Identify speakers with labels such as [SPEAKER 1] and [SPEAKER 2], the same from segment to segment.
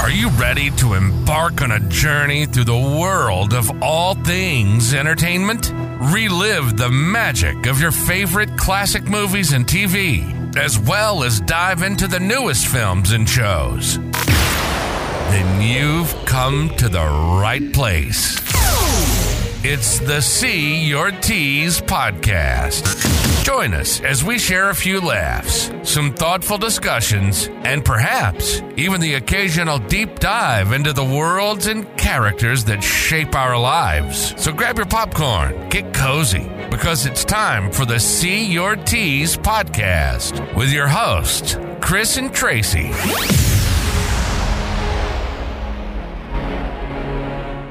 [SPEAKER 1] Are you ready to embark on a journey through the world of all things entertainment? Relive the magic of your favorite classic movies and TV, as well as dive into the newest films and shows. Then you've come to the right place. It's the See Your Tees podcast. Join us as we share a few laughs, some thoughtful discussions, and perhaps even the occasional deep dive into the worlds and characters that shape our lives. So grab your popcorn, get cozy, because it's time for the See Your Tees podcast with your hosts, Chris and Tracy.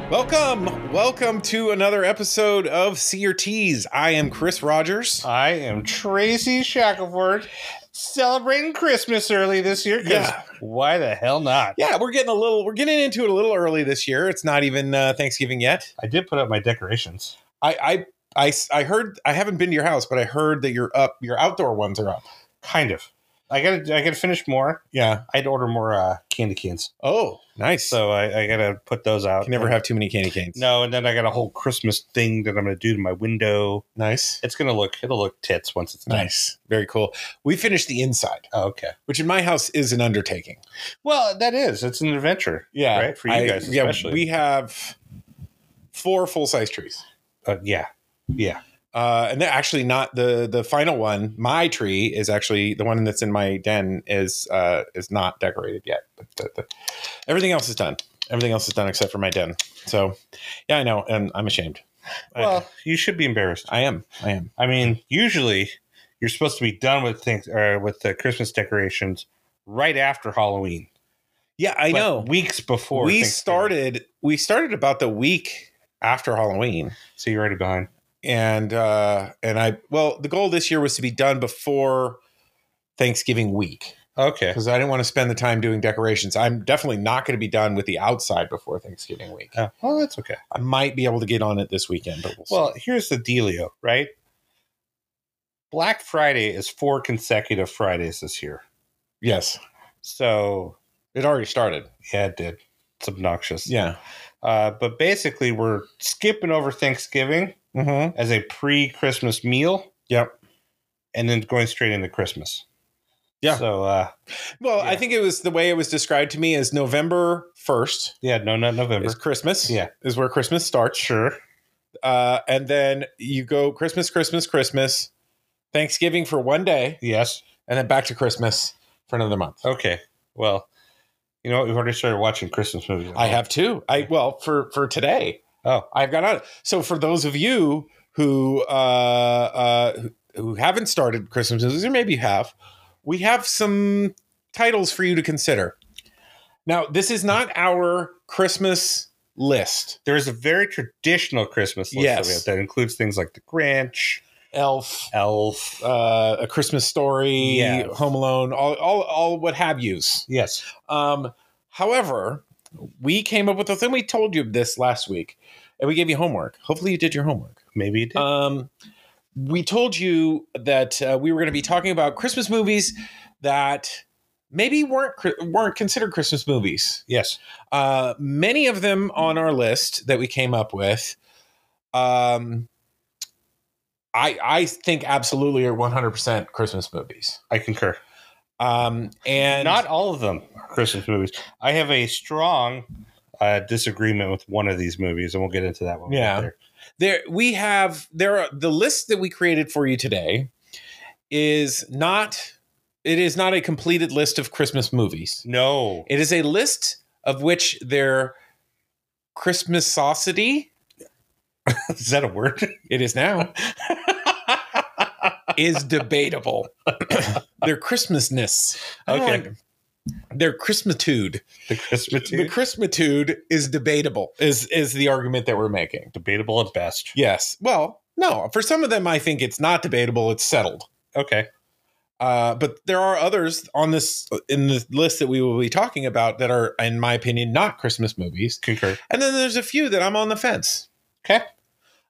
[SPEAKER 2] Welcome, welcome to another episode of See Your Tees. I am Chris Rogers.
[SPEAKER 3] I am Tracy Shackelford, celebrating Christmas early this year. 'cause
[SPEAKER 2] Yeah.
[SPEAKER 3] why the hell not?
[SPEAKER 2] Yeah, we're getting a little, we're getting into it a little early this year. It's not even uh, Thanksgiving yet.
[SPEAKER 3] I did put up my decorations.
[SPEAKER 2] I, I, I, I heard. I haven't been to your house, but I heard that you're up. Your outdoor ones are up.
[SPEAKER 3] Kind of. I gotta I gotta finish more.
[SPEAKER 2] Yeah.
[SPEAKER 3] I'd order more uh, candy canes.
[SPEAKER 2] Oh, nice. So
[SPEAKER 3] So I, I gotta put those out.
[SPEAKER 2] you never have too many candy canes.
[SPEAKER 3] No, and then I got a whole Christmas thing that I'm gonna do to my window.
[SPEAKER 2] Nice.
[SPEAKER 3] It's gonna look it'll look tits once it's done.
[SPEAKER 2] Nice. Very cool. We finished the inside, uh,
[SPEAKER 3] Oh, okay.
[SPEAKER 2] which in my house is an undertaking.
[SPEAKER 3] Well, that is. It's an adventure.
[SPEAKER 2] Yeah.
[SPEAKER 3] Right? For you
[SPEAKER 2] I-
[SPEAKER 3] guys
[SPEAKER 2] Yeah.
[SPEAKER 3] especially.
[SPEAKER 2] We have four full size trees.
[SPEAKER 3] Uh, yeah. Yeah.
[SPEAKER 2] uh, and they're actually not the the final one. My tree is actually the one that's in my den is uh, is not decorated yet. But the, the, everything else is done. Everything else is done except for my den. So, yeah, I know, and I'm ashamed.
[SPEAKER 3] Well, Uh, you should be embarrassed.
[SPEAKER 2] I, I am. I am.
[SPEAKER 3] I mean, usually you're supposed to be done with things or with the Christmas decorations right after Halloween.
[SPEAKER 2] Yeah, I
[SPEAKER 3] But
[SPEAKER 2] know.
[SPEAKER 3] Weeks before
[SPEAKER 2] we
[SPEAKER 3] Thanksgiving.
[SPEAKER 2] started. We started about the week after Halloween,
[SPEAKER 3] so you're already behind.
[SPEAKER 2] and uh, and I well, the goal this year was to be done before Thanksgiving week.
[SPEAKER 3] Okay.
[SPEAKER 2] because I didn't want to spend the time doing decorations. I'm definitely not going to be done with the outside before Thanksgiving week.
[SPEAKER 3] Uh, well, that's okay.
[SPEAKER 2] I might be able to get on it this weekend, but we'll, see.
[SPEAKER 3] Well, here's the dealio, right? Black Friday is four consecutive Fridays this year.
[SPEAKER 2] yes,
[SPEAKER 3] So
[SPEAKER 2] it already started.
[SPEAKER 3] yeah, it did. It's obnoxious.
[SPEAKER 2] Yeah,
[SPEAKER 3] Uh, but basically, we're skipping over Thanksgiving
[SPEAKER 2] mm-hmm.
[SPEAKER 3] as a pre-Christmas meal.
[SPEAKER 2] Yep.
[SPEAKER 3] And then going straight into Christmas.
[SPEAKER 2] Yeah.
[SPEAKER 3] So uh,
[SPEAKER 2] Well, I
[SPEAKER 3] Yeah.
[SPEAKER 2] think it was the way it was described to me as November first
[SPEAKER 3] yeah, no, not November.
[SPEAKER 2] is Christmas.
[SPEAKER 3] Yeah.
[SPEAKER 2] is where Christmas starts.
[SPEAKER 3] Sure.
[SPEAKER 2] uh, and then you go Christmas, Christmas, Christmas, Thanksgiving for one day,
[SPEAKER 3] Yes.
[SPEAKER 2] and then back to Christmas for another month.
[SPEAKER 3] Okay. Well, you know what? We've already started watching Christmas movies.
[SPEAKER 2] I have two. I well for for today.
[SPEAKER 3] Oh,
[SPEAKER 2] I've got on it. So for those of you who uh, uh, who- who haven't started Christmas movies, or maybe you have, we have some titles for you to consider. Now, this is not our Christmas list.
[SPEAKER 3] there is a very traditional Christmas list
[SPEAKER 2] Yes.
[SPEAKER 3] that, we have that includes things like The Grinch,
[SPEAKER 2] Elf,
[SPEAKER 3] Elf.
[SPEAKER 2] uh, A Christmas Story,
[SPEAKER 3] Yes.
[SPEAKER 2] Home Alone, all, all, all what have yous.
[SPEAKER 3] yes.
[SPEAKER 2] Um, however, we came up with a thing. We told you this last week, and we gave you homework. Hopefully, you did your homework.
[SPEAKER 3] Maybe it did.
[SPEAKER 2] Um, we told you that uh, we were going to be talking about Christmas movies that maybe weren't cri- weren't considered Christmas movies.
[SPEAKER 3] yes.
[SPEAKER 2] Uh, many of them on our list that we came up with, um, I I think absolutely are one hundred percent Christmas movies.
[SPEAKER 3] I concur.
[SPEAKER 2] Um, and
[SPEAKER 3] Not all of them are Christmas movies. I have a strong uh, disagreement with one of these movies, and we'll get into that one. when we get
[SPEAKER 2] Yeah.
[SPEAKER 3] there.
[SPEAKER 2] there we have there are, the list that we created for you today is not it is not a completed list of Christmas movies.
[SPEAKER 3] No.
[SPEAKER 2] It is a list of which their Christmasosity,
[SPEAKER 3] Is that a word?
[SPEAKER 2] it is now, is debatable. their Christmasness. I don't
[SPEAKER 3] Okay.
[SPEAKER 2] like- their Christmatude.
[SPEAKER 3] the Christmas
[SPEAKER 2] The Christmatude is debatable, is is the argument that we're making.
[SPEAKER 3] debatable at best.
[SPEAKER 2] Yes. Well, no. For some of them, I think it's not debatable, it's settled.
[SPEAKER 3] Okay.
[SPEAKER 2] Uh, but there are others on this in the list that we will be talking about that are, in my opinion, not Christmas movies.
[SPEAKER 3] Concur.
[SPEAKER 2] And then there's a few that I'm on the fence.
[SPEAKER 3] Okay.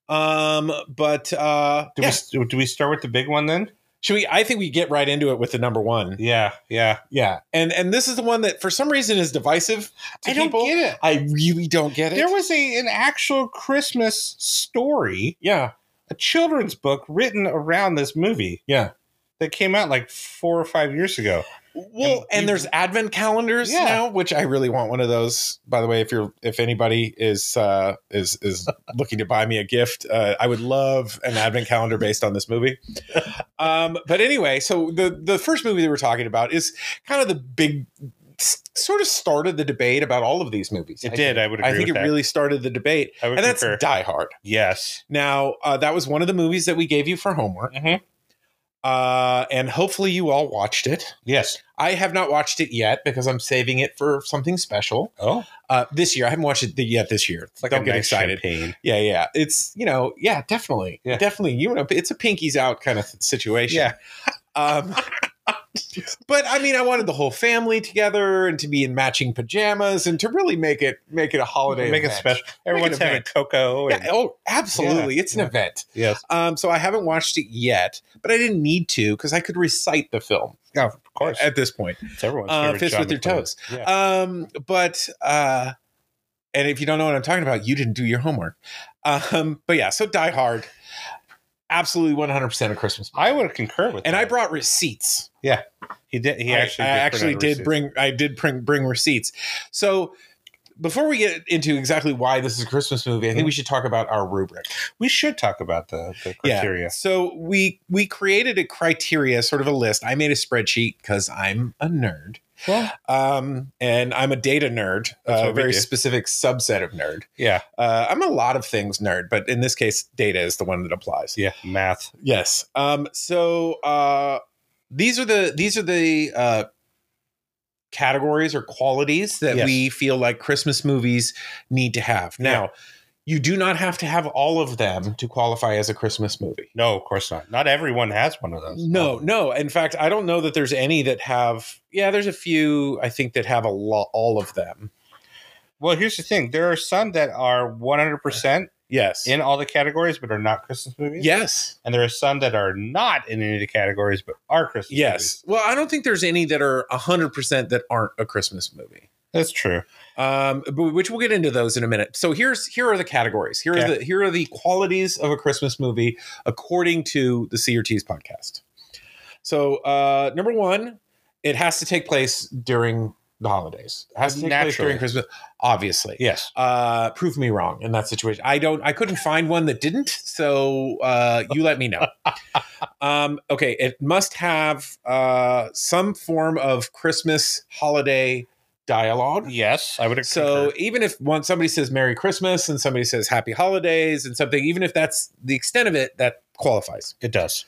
[SPEAKER 2] Um, but uh,
[SPEAKER 3] Do,
[SPEAKER 2] yeah.
[SPEAKER 3] we, do we start with the big one then?
[SPEAKER 2] Should we? I think we get right into it with the number one.
[SPEAKER 3] Yeah, yeah.
[SPEAKER 2] Yeah, and and this is the one that for some reason is divisive. To
[SPEAKER 3] I don't
[SPEAKER 2] people.
[SPEAKER 3] get it.
[SPEAKER 2] I really don't get it.
[SPEAKER 3] There was a an actual Christmas story,
[SPEAKER 2] yeah,
[SPEAKER 3] a children's book written around this movie
[SPEAKER 2] yeah.
[SPEAKER 3] that came out like four or five years ago.
[SPEAKER 2] Well, and,
[SPEAKER 3] And you-
[SPEAKER 2] there's advent calendars
[SPEAKER 3] Yeah.
[SPEAKER 2] now, which I really want one of those. By the way, if you're if anybody is uh, is is looking to buy me a gift, uh, I would love an advent calendar based on this movie. Um, but anyway, so the the first movie that we're talking about is kind of the big s- sort of started the debate about all of these movies.
[SPEAKER 3] It
[SPEAKER 2] I
[SPEAKER 3] did.
[SPEAKER 2] Think.
[SPEAKER 3] I would agree.
[SPEAKER 2] I think it
[SPEAKER 3] with that.
[SPEAKER 2] really started the debate,
[SPEAKER 3] I would
[SPEAKER 2] and that's
[SPEAKER 3] concur.
[SPEAKER 2] Die Hard.
[SPEAKER 3] yes.
[SPEAKER 2] Now, uh, that was one of the movies that we gave you for homework,
[SPEAKER 3] Mhm.
[SPEAKER 2] uh, and hopefully, you all watched it.
[SPEAKER 3] Yes.
[SPEAKER 2] I have not watched it yet because I'm saving it for something special
[SPEAKER 3] Oh,
[SPEAKER 2] uh, this year. I haven't watched it th- yet this year.
[SPEAKER 3] like
[SPEAKER 2] Don't
[SPEAKER 3] a
[SPEAKER 2] get
[SPEAKER 3] nice
[SPEAKER 2] excited.
[SPEAKER 3] champagne.
[SPEAKER 2] Yeah, yeah. It's you know, yeah, definitely,
[SPEAKER 3] Yeah.
[SPEAKER 2] definitely. You know, it's a pinkies out kind of situation.
[SPEAKER 3] Yeah.
[SPEAKER 2] Um, but I mean, I wanted the whole family together and to be in matching pajamas and to really make it make it a holiday.
[SPEAKER 3] Make it
[SPEAKER 2] event.
[SPEAKER 3] special. Everyone's
[SPEAKER 2] event.
[SPEAKER 3] having cocoa. And,
[SPEAKER 2] Yeah, oh, absolutely. it's an
[SPEAKER 3] yeah.
[SPEAKER 2] event.
[SPEAKER 3] Yes.
[SPEAKER 2] Um, so I haven't watched it yet, but I didn't need to because I could recite the film
[SPEAKER 3] Yeah, of course.
[SPEAKER 2] at this point.
[SPEAKER 3] It's everyone's
[SPEAKER 2] Oh, Uh,
[SPEAKER 3] favorite
[SPEAKER 2] fist
[SPEAKER 3] John
[SPEAKER 2] with your
[SPEAKER 3] McClane.
[SPEAKER 2] toes.
[SPEAKER 3] Yeah.
[SPEAKER 2] Um, but uh, and if you don't know what I'm talking about, you didn't do your homework. Um, but yeah, so Die Hard, absolutely 100 percent of Christmas. movie.
[SPEAKER 3] I would concur with
[SPEAKER 2] And
[SPEAKER 3] that.
[SPEAKER 2] I brought receipts.
[SPEAKER 3] He did. He
[SPEAKER 2] I-
[SPEAKER 3] actually.
[SPEAKER 2] I,
[SPEAKER 3] did
[SPEAKER 2] actually
[SPEAKER 3] print out
[SPEAKER 2] did
[SPEAKER 3] receipts.
[SPEAKER 2] bring I did bring bring receipts. So before we get into exactly why this is a Christmas movie,
[SPEAKER 3] Mm-hmm.
[SPEAKER 2] I think we should talk about our rubric.
[SPEAKER 3] We should talk about the, the criteria.
[SPEAKER 2] So we we created a criteria, sort of a list. I made a spreadsheet because I'm a nerd,
[SPEAKER 3] Well,
[SPEAKER 2] um, and I'm a data nerd,
[SPEAKER 3] That's
[SPEAKER 2] a
[SPEAKER 3] what we
[SPEAKER 2] very
[SPEAKER 3] do.
[SPEAKER 2] specific subset of nerd.
[SPEAKER 3] yeah,
[SPEAKER 2] Uh, I'm a lot of things nerd, but in this case, data is the one that applies.
[SPEAKER 3] yeah. Math.
[SPEAKER 2] Yes. Um, so uh, these are the these are the uh, categories or qualities that
[SPEAKER 3] Yes.
[SPEAKER 2] we feel like Christmas movies need to have. Now, you do not have to have all of them to qualify as a Christmas movie.
[SPEAKER 3] No, of course not. Not everyone has one of those. Um,
[SPEAKER 2] No, no. In fact, I don't know that there's any that have. Yeah, there's a few I think that have a lot, all of them.
[SPEAKER 3] Well, here's the thing: there are some that are 100 percent
[SPEAKER 2] Yes.
[SPEAKER 3] in all the categories, but are not Christmas movies.
[SPEAKER 2] yes.
[SPEAKER 3] and there are some that are not in any of the categories, but are Christmas. movies.
[SPEAKER 2] Yes. Well, I don't think there's any that are 100% that aren't a Christmas movie.
[SPEAKER 3] that's true.
[SPEAKER 2] Um, but which we'll get into those in a minute. So here's here are the categories. Here are
[SPEAKER 3] Okay.
[SPEAKER 2] the here are the qualities of a Christmas movie according to the CRT's podcast. So uh number 1, it has to take place during the holidays. It has to take place
[SPEAKER 3] Naturally.
[SPEAKER 2] during Christmas obviously.
[SPEAKER 3] Yes,
[SPEAKER 2] Uh prove me wrong in that situation. I don't I couldn't find one that didn't, so uh you let me know. Um okay, it must have uh some form of Christmas holiday dialogue.
[SPEAKER 3] yes, I would.
[SPEAKER 2] So
[SPEAKER 3] concur.
[SPEAKER 2] even if one somebody says Merry Christmas and somebody says Happy Holidays and something, even if that's the extent of it, that qualifies.
[SPEAKER 3] it does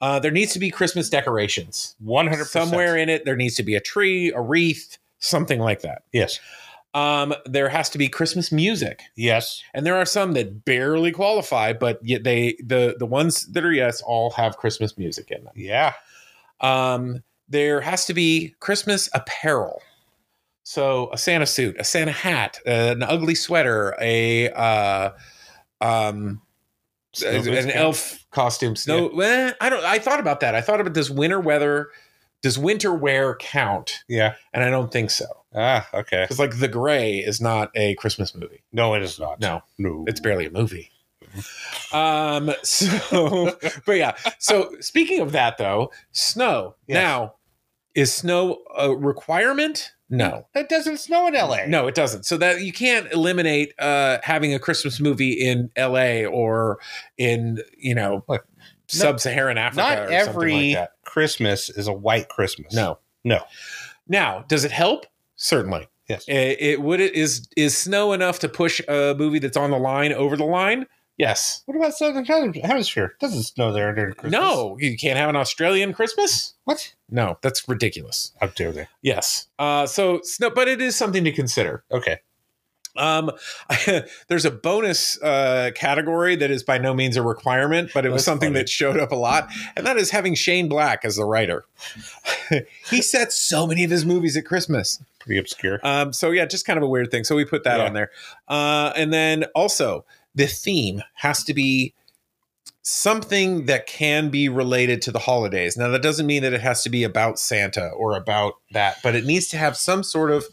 [SPEAKER 2] Uh, there needs to be Christmas decorations
[SPEAKER 3] 100
[SPEAKER 2] somewhere in it. There needs to be a tree, a wreath, something like that.
[SPEAKER 3] Yes,
[SPEAKER 2] Um, there has to be Christmas music,
[SPEAKER 3] yes,
[SPEAKER 2] and there are some that barely qualify, but yet they the the ones that are yes all have Christmas music in them.
[SPEAKER 3] yeah.
[SPEAKER 2] Um, there has to be Christmas apparel. So a Santa suit, a Santa hat, uh, an ugly sweater, a uh, um, an elf costume. Snow. Well, I don't. I thought about that. I thought about this winter weather. Does winter wear count?
[SPEAKER 3] Yeah.
[SPEAKER 2] And I don't think so
[SPEAKER 3] Ah, okay.
[SPEAKER 2] because like the gray is not a Christmas movie.
[SPEAKER 3] No, it is not.
[SPEAKER 2] No,
[SPEAKER 3] no.
[SPEAKER 2] it's barely a movie. Um. So, but yeah. So speaking of that, though, snow.
[SPEAKER 3] Yes.
[SPEAKER 2] Now, is snow a requirement? No,
[SPEAKER 3] It doesn't snow in L.A.
[SPEAKER 2] no, it doesn't. So that you can't eliminate uh, having a Christmas movie in L.A. or in you know
[SPEAKER 3] Look,
[SPEAKER 2] sub-Saharan Africa.
[SPEAKER 3] not
[SPEAKER 2] or something
[SPEAKER 3] every
[SPEAKER 2] like that.
[SPEAKER 3] Christmas is a white Christmas.
[SPEAKER 2] No,
[SPEAKER 3] No.
[SPEAKER 2] Now, does it help? Certainly.
[SPEAKER 3] Yes.
[SPEAKER 2] It, it would. It is is snow enough to push a movie that's on the line over the line? Yes.
[SPEAKER 3] What about Southern Hem- Hemisphere? It doesn't snow there during Christmas.
[SPEAKER 2] No, you can't have an Australian Christmas.
[SPEAKER 3] What?
[SPEAKER 2] No, that's ridiculous.
[SPEAKER 3] How dare they?
[SPEAKER 2] Yes. Uh, so snow, but it is something to consider.
[SPEAKER 3] Okay.
[SPEAKER 2] Um, there's a bonus uh, category that is by no means a requirement, but it was
[SPEAKER 3] That's
[SPEAKER 2] something
[SPEAKER 3] funny.
[SPEAKER 2] that showed up a lot, and that is having Shane Black as the writer. he sets so many of his movies at Christmas.
[SPEAKER 3] Pretty obscure.
[SPEAKER 2] Um, so yeah, just kind of a weird thing. So we put that
[SPEAKER 3] Yeah.
[SPEAKER 2] on there, uh, and then also the theme has to be something that can be related to the holidays. Now, that doesn't mean that it has to be about Santa or about that, but it needs to have some sort of.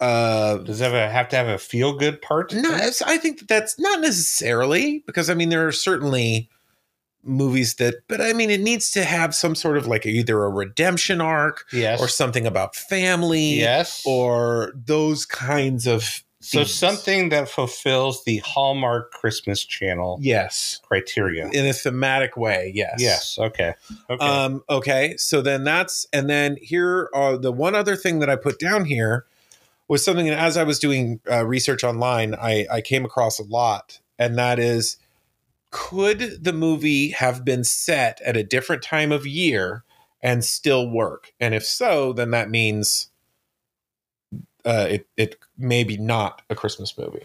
[SPEAKER 2] Uh,
[SPEAKER 3] Does it have, a, have to have a feel good part?
[SPEAKER 2] no, it's- I think that that's not necessarily because I mean there are certainly movies that, but I mean it needs to have some sort of like either a redemption arc
[SPEAKER 3] Yes.
[SPEAKER 2] or something about family,
[SPEAKER 3] yes.
[SPEAKER 2] or those kinds of
[SPEAKER 3] so
[SPEAKER 2] themes.
[SPEAKER 3] something that fulfills the Hallmark Christmas Channel
[SPEAKER 2] yes
[SPEAKER 3] criteria.
[SPEAKER 2] in a thematic way. Yes,
[SPEAKER 3] Yes. Okay. Okay.
[SPEAKER 2] Um, okay, so then that's and then here are the one other thing that I put down here was something that as I was doing uh, research online, I, I came across a lot, and that is could the movie have been set at a different time of year and still work? And if so, then that means uh, it it may be not a Christmas movie.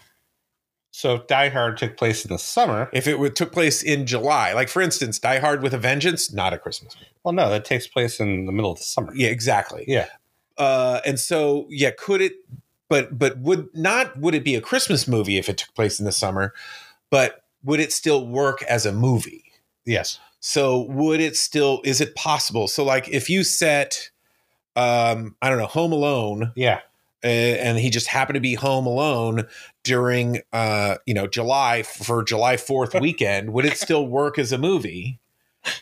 [SPEAKER 3] so Die Hard took place in the summer.
[SPEAKER 2] If it would, took place in July, like for instance, Die Hard with a Vengeance, not a Christmas movie.
[SPEAKER 3] Well, no, that takes place in the middle of the summer.
[SPEAKER 2] Yeah, exactly.
[SPEAKER 3] Yeah.
[SPEAKER 2] uh, and so yeah, could it? But but would not would it be a Christmas movie if it took place in the summer? But would it still work as a movie?
[SPEAKER 3] Yes.
[SPEAKER 2] So would it still? Is it possible? So like if you set, um, I don't know, Home Alone,
[SPEAKER 3] Yeah.
[SPEAKER 2] uh, and he just happened to be home alone during uh, you know July for July Fourth weekend, would it still work as a movie?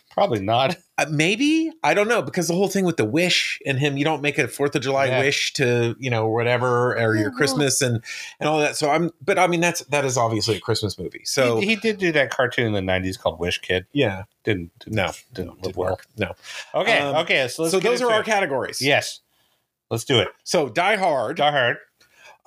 [SPEAKER 3] Probably not.
[SPEAKER 2] Uh, maybe I don't know because the whole thing with the wish and him, you don't make a Fourth of July
[SPEAKER 3] Yeah.
[SPEAKER 2] wish to you know whatever or your
[SPEAKER 3] Mhm.
[SPEAKER 2] Christmas and and all that. So I'm, but I mean that's that is obviously a Christmas movie. So
[SPEAKER 3] he, he did do that cartoon in the '90s called Wish Kid.
[SPEAKER 2] yeah,
[SPEAKER 3] Didn't, didn't
[SPEAKER 2] No,
[SPEAKER 3] didn't
[SPEAKER 2] did
[SPEAKER 3] live well.
[SPEAKER 2] work. No,
[SPEAKER 3] Okay.
[SPEAKER 2] Um,
[SPEAKER 3] okay. So let's
[SPEAKER 2] so
[SPEAKER 3] get
[SPEAKER 2] those are
[SPEAKER 3] into
[SPEAKER 2] our
[SPEAKER 3] it.
[SPEAKER 2] categories.
[SPEAKER 3] Yes. Let's do it.
[SPEAKER 2] So Die Hard.
[SPEAKER 3] Die Hard.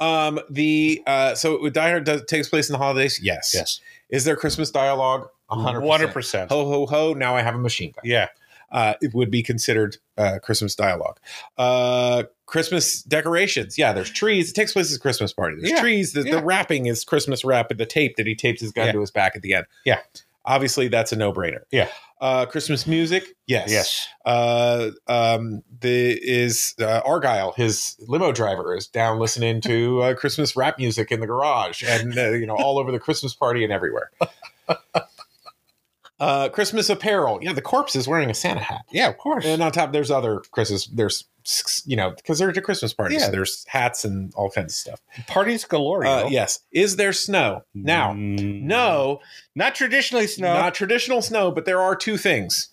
[SPEAKER 2] Um. The uh. So Die Hard does, takes place in the holidays. Yes.
[SPEAKER 3] Yes.
[SPEAKER 2] Is there Christmas dialogue? A hundred.
[SPEAKER 3] Hundred
[SPEAKER 2] percent.
[SPEAKER 3] percent.
[SPEAKER 2] Ho ho ho! Now I have a machine gun.
[SPEAKER 3] Yeah.
[SPEAKER 2] Uh, it would be considered uh, Christmas dialogue. Uh, Christmas decorations. Yeah, there's trees. It takes place as a Christmas party. There's
[SPEAKER 3] Yeah,
[SPEAKER 2] trees. The,
[SPEAKER 3] yeah.
[SPEAKER 2] the wrapping is Christmas wrap and the tape that he tapes his gun
[SPEAKER 3] Yeah.
[SPEAKER 2] to his back at the end.
[SPEAKER 3] Yeah.
[SPEAKER 2] Obviously, that's a no brainer.
[SPEAKER 3] Yeah.
[SPEAKER 2] Uh, Christmas music. Yes.
[SPEAKER 3] Yes.
[SPEAKER 2] Uh, um, the is uh, Argyle, his limo driver, is down listening to uh, Christmas rap music in the garage and uh, you know all over the Christmas party and everywhere. Uh, Christmas apparel. Yeah, the corpse is wearing a Santa hat.
[SPEAKER 3] Yeah. Of course.
[SPEAKER 2] And on top, there's other Christmas. There's you know because they're at a Christmas party,
[SPEAKER 3] Yeah.
[SPEAKER 2] so there's hats and all kinds of stuff.
[SPEAKER 3] Parties galore.
[SPEAKER 2] Uh,
[SPEAKER 3] yo.
[SPEAKER 2] yes, is there snow now?
[SPEAKER 3] Mm,
[SPEAKER 2] No,
[SPEAKER 3] Not traditionally snow.
[SPEAKER 2] not traditional snow, but there are two things.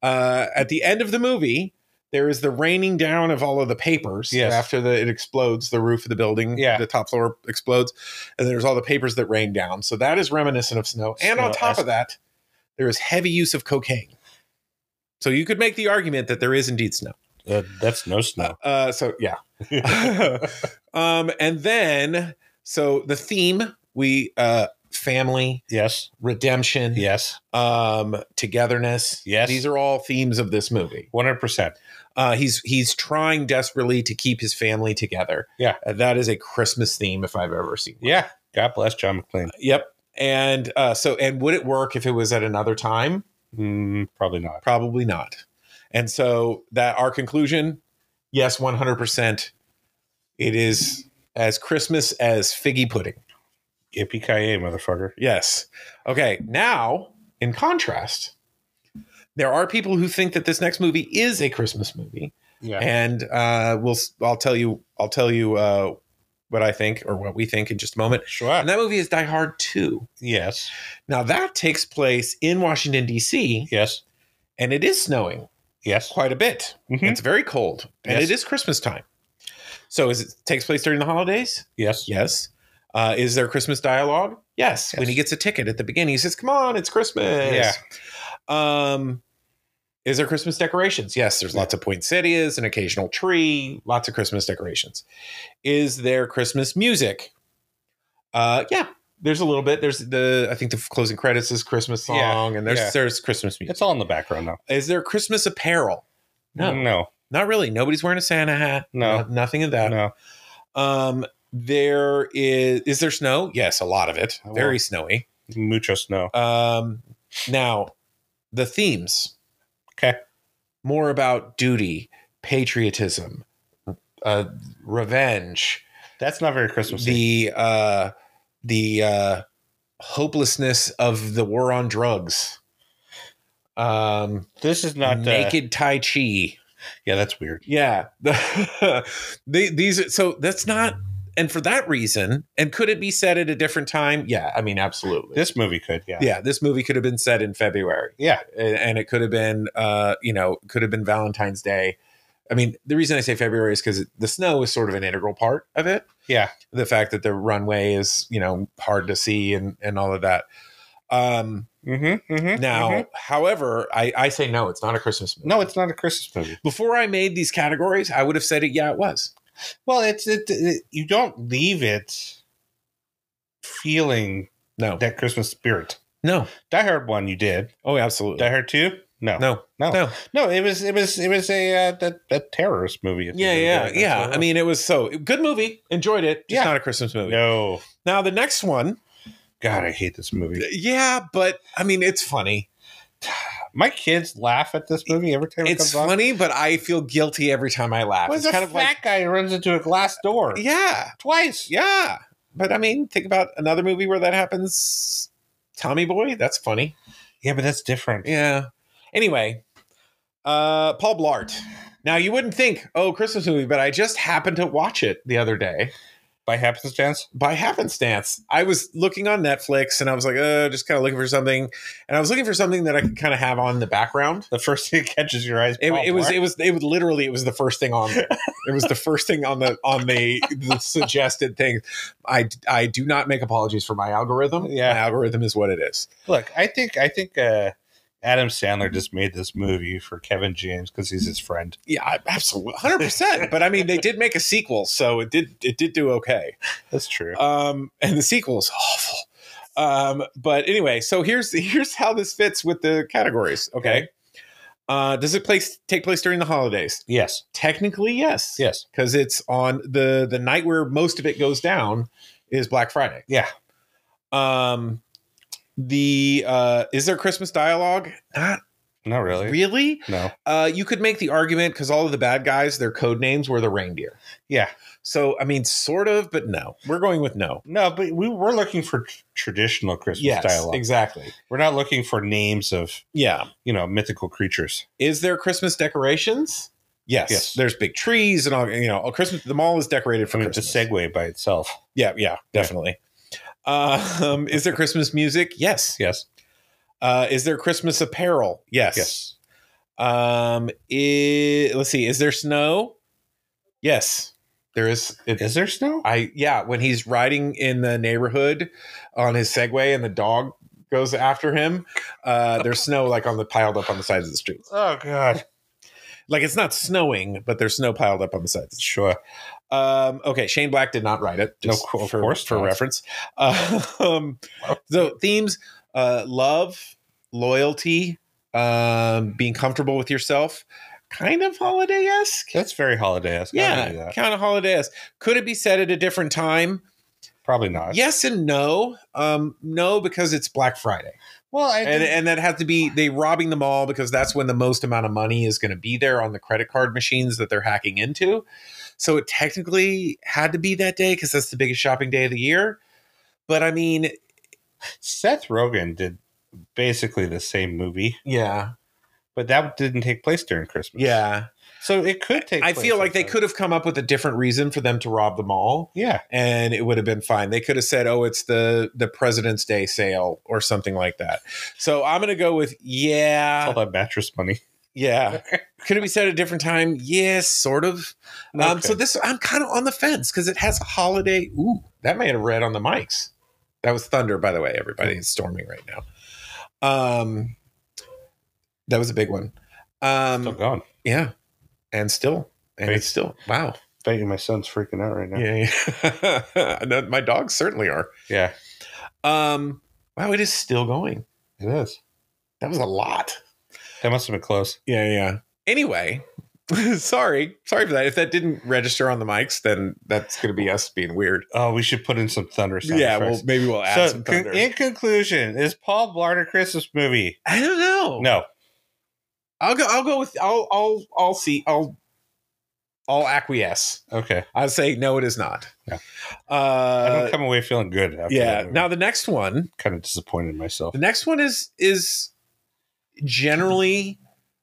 [SPEAKER 2] Uh, at the end of the movie, there is the raining down of all of the papers
[SPEAKER 3] Yes.
[SPEAKER 2] after the, it explodes, the roof of the building,
[SPEAKER 3] Yeah.
[SPEAKER 2] the top floor explodes, and there's all the papers that rain down. So that is reminiscent of snow. And on
[SPEAKER 3] Snow,
[SPEAKER 2] top
[SPEAKER 3] I
[SPEAKER 2] of that, there is heavy use of cocaine. So you could make the argument that there is indeed snow.
[SPEAKER 3] Uh, that's no snow.
[SPEAKER 2] Uh, so yeah. um, and then so the theme we uh, family
[SPEAKER 3] yes.
[SPEAKER 2] redemption
[SPEAKER 3] Yes.
[SPEAKER 2] um togetherness
[SPEAKER 3] Yes.
[SPEAKER 2] these are all themes of this movie
[SPEAKER 3] One hundred percent.
[SPEAKER 2] uh he's he's trying desperately to keep his family together
[SPEAKER 3] Yeah.
[SPEAKER 2] Uh, that is a christmas theme if i've ever seen one.
[SPEAKER 3] Yeah. God bless John McClane.
[SPEAKER 2] yep and uh so and would it work if it was at another time
[SPEAKER 3] Mm, probably not.
[SPEAKER 2] probably not and so that our conclusion yes 100% it is as christmas as figgy pudding
[SPEAKER 3] Yippee ki motherfucker.
[SPEAKER 2] Yes. Okay. Now, in contrast, there are people who think that this next movie is a Christmas movie,
[SPEAKER 3] Yeah.
[SPEAKER 2] and uh, we'll I'll tell you I'll tell you uh, what I think or what we think in just a moment.
[SPEAKER 3] sure.
[SPEAKER 2] And that movie is Die Hard Two.
[SPEAKER 3] yes.
[SPEAKER 2] Now that takes place in Washington D.C.
[SPEAKER 3] Yes.
[SPEAKER 2] and it is snowing
[SPEAKER 3] Yes.
[SPEAKER 2] quite a bit.
[SPEAKER 3] Mhm.
[SPEAKER 2] It's very cold, and
[SPEAKER 3] Yes.
[SPEAKER 2] it is Christmas time. So, is it takes place during the holidays?
[SPEAKER 3] Yes.
[SPEAKER 2] Yes. Uh, is there Christmas dialogue? Yes.
[SPEAKER 3] Yes.
[SPEAKER 2] When he gets a ticket at the beginning, he says, "Come on, it's Christmas."
[SPEAKER 3] Yeah.
[SPEAKER 2] Um, is there Christmas decorations? Yes. There's lots of poinsettias, an occasional tree, lots of Christmas decorations. Is there Christmas music? Uh, yeah. There's a little bit. There's the I think the closing credits is Christmas
[SPEAKER 3] Yeah.
[SPEAKER 2] song, and there's
[SPEAKER 3] Yeah.
[SPEAKER 2] there's Christmas music.
[SPEAKER 3] It's all in the background now.
[SPEAKER 2] Is there Christmas apparel? No,
[SPEAKER 3] No.
[SPEAKER 2] not really. Nobody's wearing a Santa hat.
[SPEAKER 3] No.
[SPEAKER 2] Not- nothing of that.
[SPEAKER 3] No.
[SPEAKER 2] Um, there is is there snow? Yes, a lot of it.
[SPEAKER 3] Well-
[SPEAKER 2] Very snowy.
[SPEAKER 3] Mucho snow.
[SPEAKER 2] Um, now the themes.
[SPEAKER 3] Okay.
[SPEAKER 2] More about duty, patriotism, uh, revenge.
[SPEAKER 3] That's not very Christmassy.
[SPEAKER 2] The uh, the uh, hopelessness of the war on drugs. Um,
[SPEAKER 3] This is not uh,
[SPEAKER 2] naked Tai Chi.
[SPEAKER 3] Yeah, that's weird.
[SPEAKER 2] Yeah, they, these. So that's not. And for that reason, and could it be said at a different time? Yeah, I mean, absolutely.
[SPEAKER 3] This movie could, yeah.
[SPEAKER 2] yeah, this movie could have been set in February.
[SPEAKER 3] Yeah.
[SPEAKER 2] and, and it could have been, uh, you know, could have been Valentine's Day. I mean, the reason I say February is because the snow is sort of an integral part of it
[SPEAKER 3] Yeah.
[SPEAKER 2] the fact that the runway is you know hard to see and and all of that um
[SPEAKER 3] Mm-hmm. mm-hmm
[SPEAKER 2] now
[SPEAKER 3] mhm.
[SPEAKER 2] however i i say no it's not a christmas movie
[SPEAKER 3] no, it's not a Christmas movie.
[SPEAKER 2] before i made these categories i would have said it yeah it was
[SPEAKER 3] Well, it's it, it. You don't leave it feeling
[SPEAKER 2] no
[SPEAKER 3] that Christmas spirit.
[SPEAKER 2] no
[SPEAKER 3] Die Hard one, you did.
[SPEAKER 2] oh absolutely
[SPEAKER 3] Die Hard two, no,
[SPEAKER 2] no
[SPEAKER 3] no,
[SPEAKER 2] no
[SPEAKER 3] no. It was it was it was a uh, that that terrorist movie. if you
[SPEAKER 2] yeah
[SPEAKER 3] really
[SPEAKER 2] yeah
[SPEAKER 3] did. That's
[SPEAKER 2] yeah
[SPEAKER 3] what it
[SPEAKER 2] i mean it was so good movie enjoyed it just
[SPEAKER 3] Yeah.
[SPEAKER 2] not a christmas
[SPEAKER 3] was.
[SPEAKER 2] movie
[SPEAKER 3] no,
[SPEAKER 2] now the next one
[SPEAKER 3] God, I hate this movie.
[SPEAKER 2] yeah but i mean it's funny
[SPEAKER 3] My kids laugh at this movie every time it
[SPEAKER 2] it's
[SPEAKER 3] comes on.
[SPEAKER 2] funny but i feel guilty every time i laugh
[SPEAKER 3] Well,
[SPEAKER 2] it's
[SPEAKER 3] a
[SPEAKER 2] kind of
[SPEAKER 3] fat
[SPEAKER 2] like
[SPEAKER 3] guy who runs into a glass door
[SPEAKER 2] yeah
[SPEAKER 3] twice.
[SPEAKER 2] Yeah. But I mean, think about another movie where that happens. Tommy Boy, that's funny.
[SPEAKER 3] Yeah, but that's different.
[SPEAKER 2] Yeah. Anyway, uh Paul Blart. Now you wouldn't think, oh, Christmas movie, but I just happened to watch it the other day
[SPEAKER 3] By happenstance,
[SPEAKER 2] by happenstance. I was looking on Netflix and I was like, uh, just kind of looking for something. And I was looking for something that I could kind of have on in the background.
[SPEAKER 3] the first thing that catches your eyes.
[SPEAKER 2] It,
[SPEAKER 3] Paul
[SPEAKER 2] it was
[SPEAKER 3] Blart.
[SPEAKER 2] it was it was literally it was the first thing on there. it was the first thing on the on the, the suggested thing. I I do not make apologies for my algorithm.
[SPEAKER 3] Yeah.
[SPEAKER 2] my algorithm is what it is.
[SPEAKER 3] Look, I think I think uh, Adam Sandler just made this movie for Kevin James because he's his friend.
[SPEAKER 2] Yeah, I- absolutely, hundred percent. But I mean, they did make a sequel, so it did it did do okay.
[SPEAKER 3] That's true.
[SPEAKER 2] Um, and the sequel is awful. Um, but anyway, so here's here's how this fits with the categories. Okay, uh, does it place take place during the holidays?
[SPEAKER 3] yes,
[SPEAKER 2] Technically, yes.
[SPEAKER 3] yes,
[SPEAKER 2] because it's on the the night where most of it goes down is Black Friday.
[SPEAKER 3] yeah.
[SPEAKER 2] Um, the uh, is there Christmas dialogue? Not
[SPEAKER 3] Not really.
[SPEAKER 2] really.
[SPEAKER 3] No.
[SPEAKER 2] Uh, you could make the argument because all of the bad guys, their code names were the reindeer.
[SPEAKER 3] Yeah.
[SPEAKER 2] So I mean, sort of, but no, we're going with no.
[SPEAKER 3] No, but we we're looking for tr- traditional Christmas
[SPEAKER 2] Yes,
[SPEAKER 3] dialogue.
[SPEAKER 2] exactly.
[SPEAKER 3] We're not looking for names of
[SPEAKER 2] Yeah.
[SPEAKER 3] you know mythical creatures.
[SPEAKER 2] Is there Christmas decorations? Yes.
[SPEAKER 3] Yes.
[SPEAKER 2] There's big trees and all. You know, Christmas. The mall is decorated
[SPEAKER 3] I
[SPEAKER 2] for
[SPEAKER 3] mean, the
[SPEAKER 2] Christmas.
[SPEAKER 3] segue by itself.
[SPEAKER 2] yeah. Yeah. Definitely. Um, is there Christmas music? Yes.
[SPEAKER 3] Yes,
[SPEAKER 2] Uh, is there Christmas apparel? Yes.
[SPEAKER 3] yes.
[SPEAKER 2] Um, i- let's see. Is there snow? Yes, there is.
[SPEAKER 3] Is there snow?
[SPEAKER 2] I yeah. When he's riding in the neighborhood on his Segway and the dog goes after him, uh, there's snow like on the piled up on the sides of the streets.
[SPEAKER 3] oh God.
[SPEAKER 2] Like it's not snowing, but there's snow piled up on the sides.
[SPEAKER 3] Sure.
[SPEAKER 2] Um, okay, Shane Black did not write it.
[SPEAKER 3] No,
[SPEAKER 2] Just
[SPEAKER 3] of
[SPEAKER 2] for,
[SPEAKER 3] course
[SPEAKER 2] for
[SPEAKER 3] not.
[SPEAKER 2] reference. Uh, um, so themes: uh, love, loyalty, um, being comfortable with yourself, kind of holiday esque.
[SPEAKER 3] That's very holiday esque.
[SPEAKER 2] Yeah, kind of holiday esque. Could it be said at a different time?
[SPEAKER 3] Probably not.
[SPEAKER 2] Yes and no. Um, no, because it's Black Friday,
[SPEAKER 3] Well, I
[SPEAKER 2] and
[SPEAKER 3] think-
[SPEAKER 2] and that had to be they robbing the mall because that's when the most amount of money is going to be there on the credit card machines that they're hacking into. So it technically had to be that day because that's the biggest shopping day of the year. But I mean,
[SPEAKER 3] Seth Rogen did basically the same movie,
[SPEAKER 2] yeah,
[SPEAKER 3] but that didn't take place during Christmas.
[SPEAKER 2] yeah.
[SPEAKER 3] So it could take.
[SPEAKER 2] I
[SPEAKER 3] place
[SPEAKER 2] feel like they
[SPEAKER 3] sometime.
[SPEAKER 2] could have come up with a different reason for them to rob the mall.
[SPEAKER 3] Yeah.
[SPEAKER 2] and it would have been fine. They could have said, "Oh, it's the the President's Day sale" or something like that. So I'm going to go with
[SPEAKER 3] All
[SPEAKER 2] yeah,
[SPEAKER 3] that mattress money.
[SPEAKER 2] yeah. Could it be said at a different time? Yes, sort of. Um, so
[SPEAKER 3] Okay.
[SPEAKER 2] this I'm kind of on the fence because it has a holiday. Ooh, that might have read on the mics. That was thunder, by the way. Everybody is storming right now. Um, that was a big one.
[SPEAKER 3] still
[SPEAKER 2] Um,
[SPEAKER 3] gone.
[SPEAKER 2] yeah, and still, and it's still wow.
[SPEAKER 3] bet you my son's freaking out right now.
[SPEAKER 2] Yeah, yeah. No, my dogs certainly are.
[SPEAKER 3] Yeah,
[SPEAKER 2] Um, wow, it is still going.
[SPEAKER 3] it is.
[SPEAKER 2] That was a lot.
[SPEAKER 3] That must have been close.
[SPEAKER 2] Yeah, yeah. Anyway, sorry, sorry for that. If that didn't register on the mics, then that's going to be us being weird.
[SPEAKER 3] Oh, we should put in some thunder sound
[SPEAKER 2] yeah, well,
[SPEAKER 3] effects.
[SPEAKER 2] maybe we'll add
[SPEAKER 3] so,
[SPEAKER 2] some
[SPEAKER 3] con-
[SPEAKER 2] thunder.
[SPEAKER 3] in conclusion, is Paul Blart a Christmas movie?
[SPEAKER 2] I don't know.
[SPEAKER 3] No.
[SPEAKER 2] I'll go. I'll go with. I'll. I'll. I'll see. I'll. I'll acquiesce.
[SPEAKER 3] Okay.
[SPEAKER 2] I'll say no, it is not.
[SPEAKER 3] Yeah. I
[SPEAKER 2] Uh,
[SPEAKER 3] don't come away feeling good. After
[SPEAKER 2] yeah.
[SPEAKER 3] that movie.
[SPEAKER 2] Now the next one,
[SPEAKER 3] kind of disappointed in myself.
[SPEAKER 2] the next one is is generally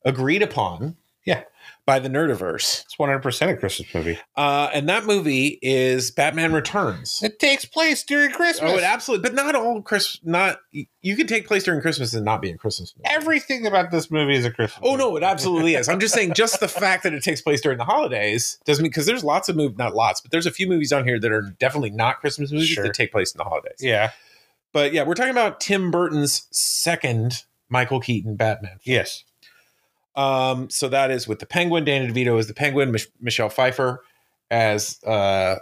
[SPEAKER 2] agreed upon.
[SPEAKER 3] Yeah.
[SPEAKER 2] by the Nerdiverse,
[SPEAKER 3] It's 100% a Christmas movie.
[SPEAKER 2] uh, and that movie is Batman Returns.
[SPEAKER 3] It takes place during Christmas.
[SPEAKER 2] Oh, it absolutely. But not all Chris. Not you can take place during Christmas and not be a Christmas movie.
[SPEAKER 3] Everything about this movie is a Christmas.
[SPEAKER 2] Oh
[SPEAKER 3] movie.
[SPEAKER 2] no, it absolutely is. I'm just saying, just the fact that it takes place during the holidays doesn't mean because there's lots of movies, not lots, but there's a few movies on here that are definitely not Christmas movies
[SPEAKER 3] Sure.
[SPEAKER 2] that take place in the holidays.
[SPEAKER 3] Yeah.
[SPEAKER 2] But yeah, we're talking about Tim Burton's second Michael Keaton Batman.
[SPEAKER 3] Yes.
[SPEAKER 2] Um, so that is with the Penguin, Danny DeVito as the Penguin, Mich- Michelle Pfeiffer as uh,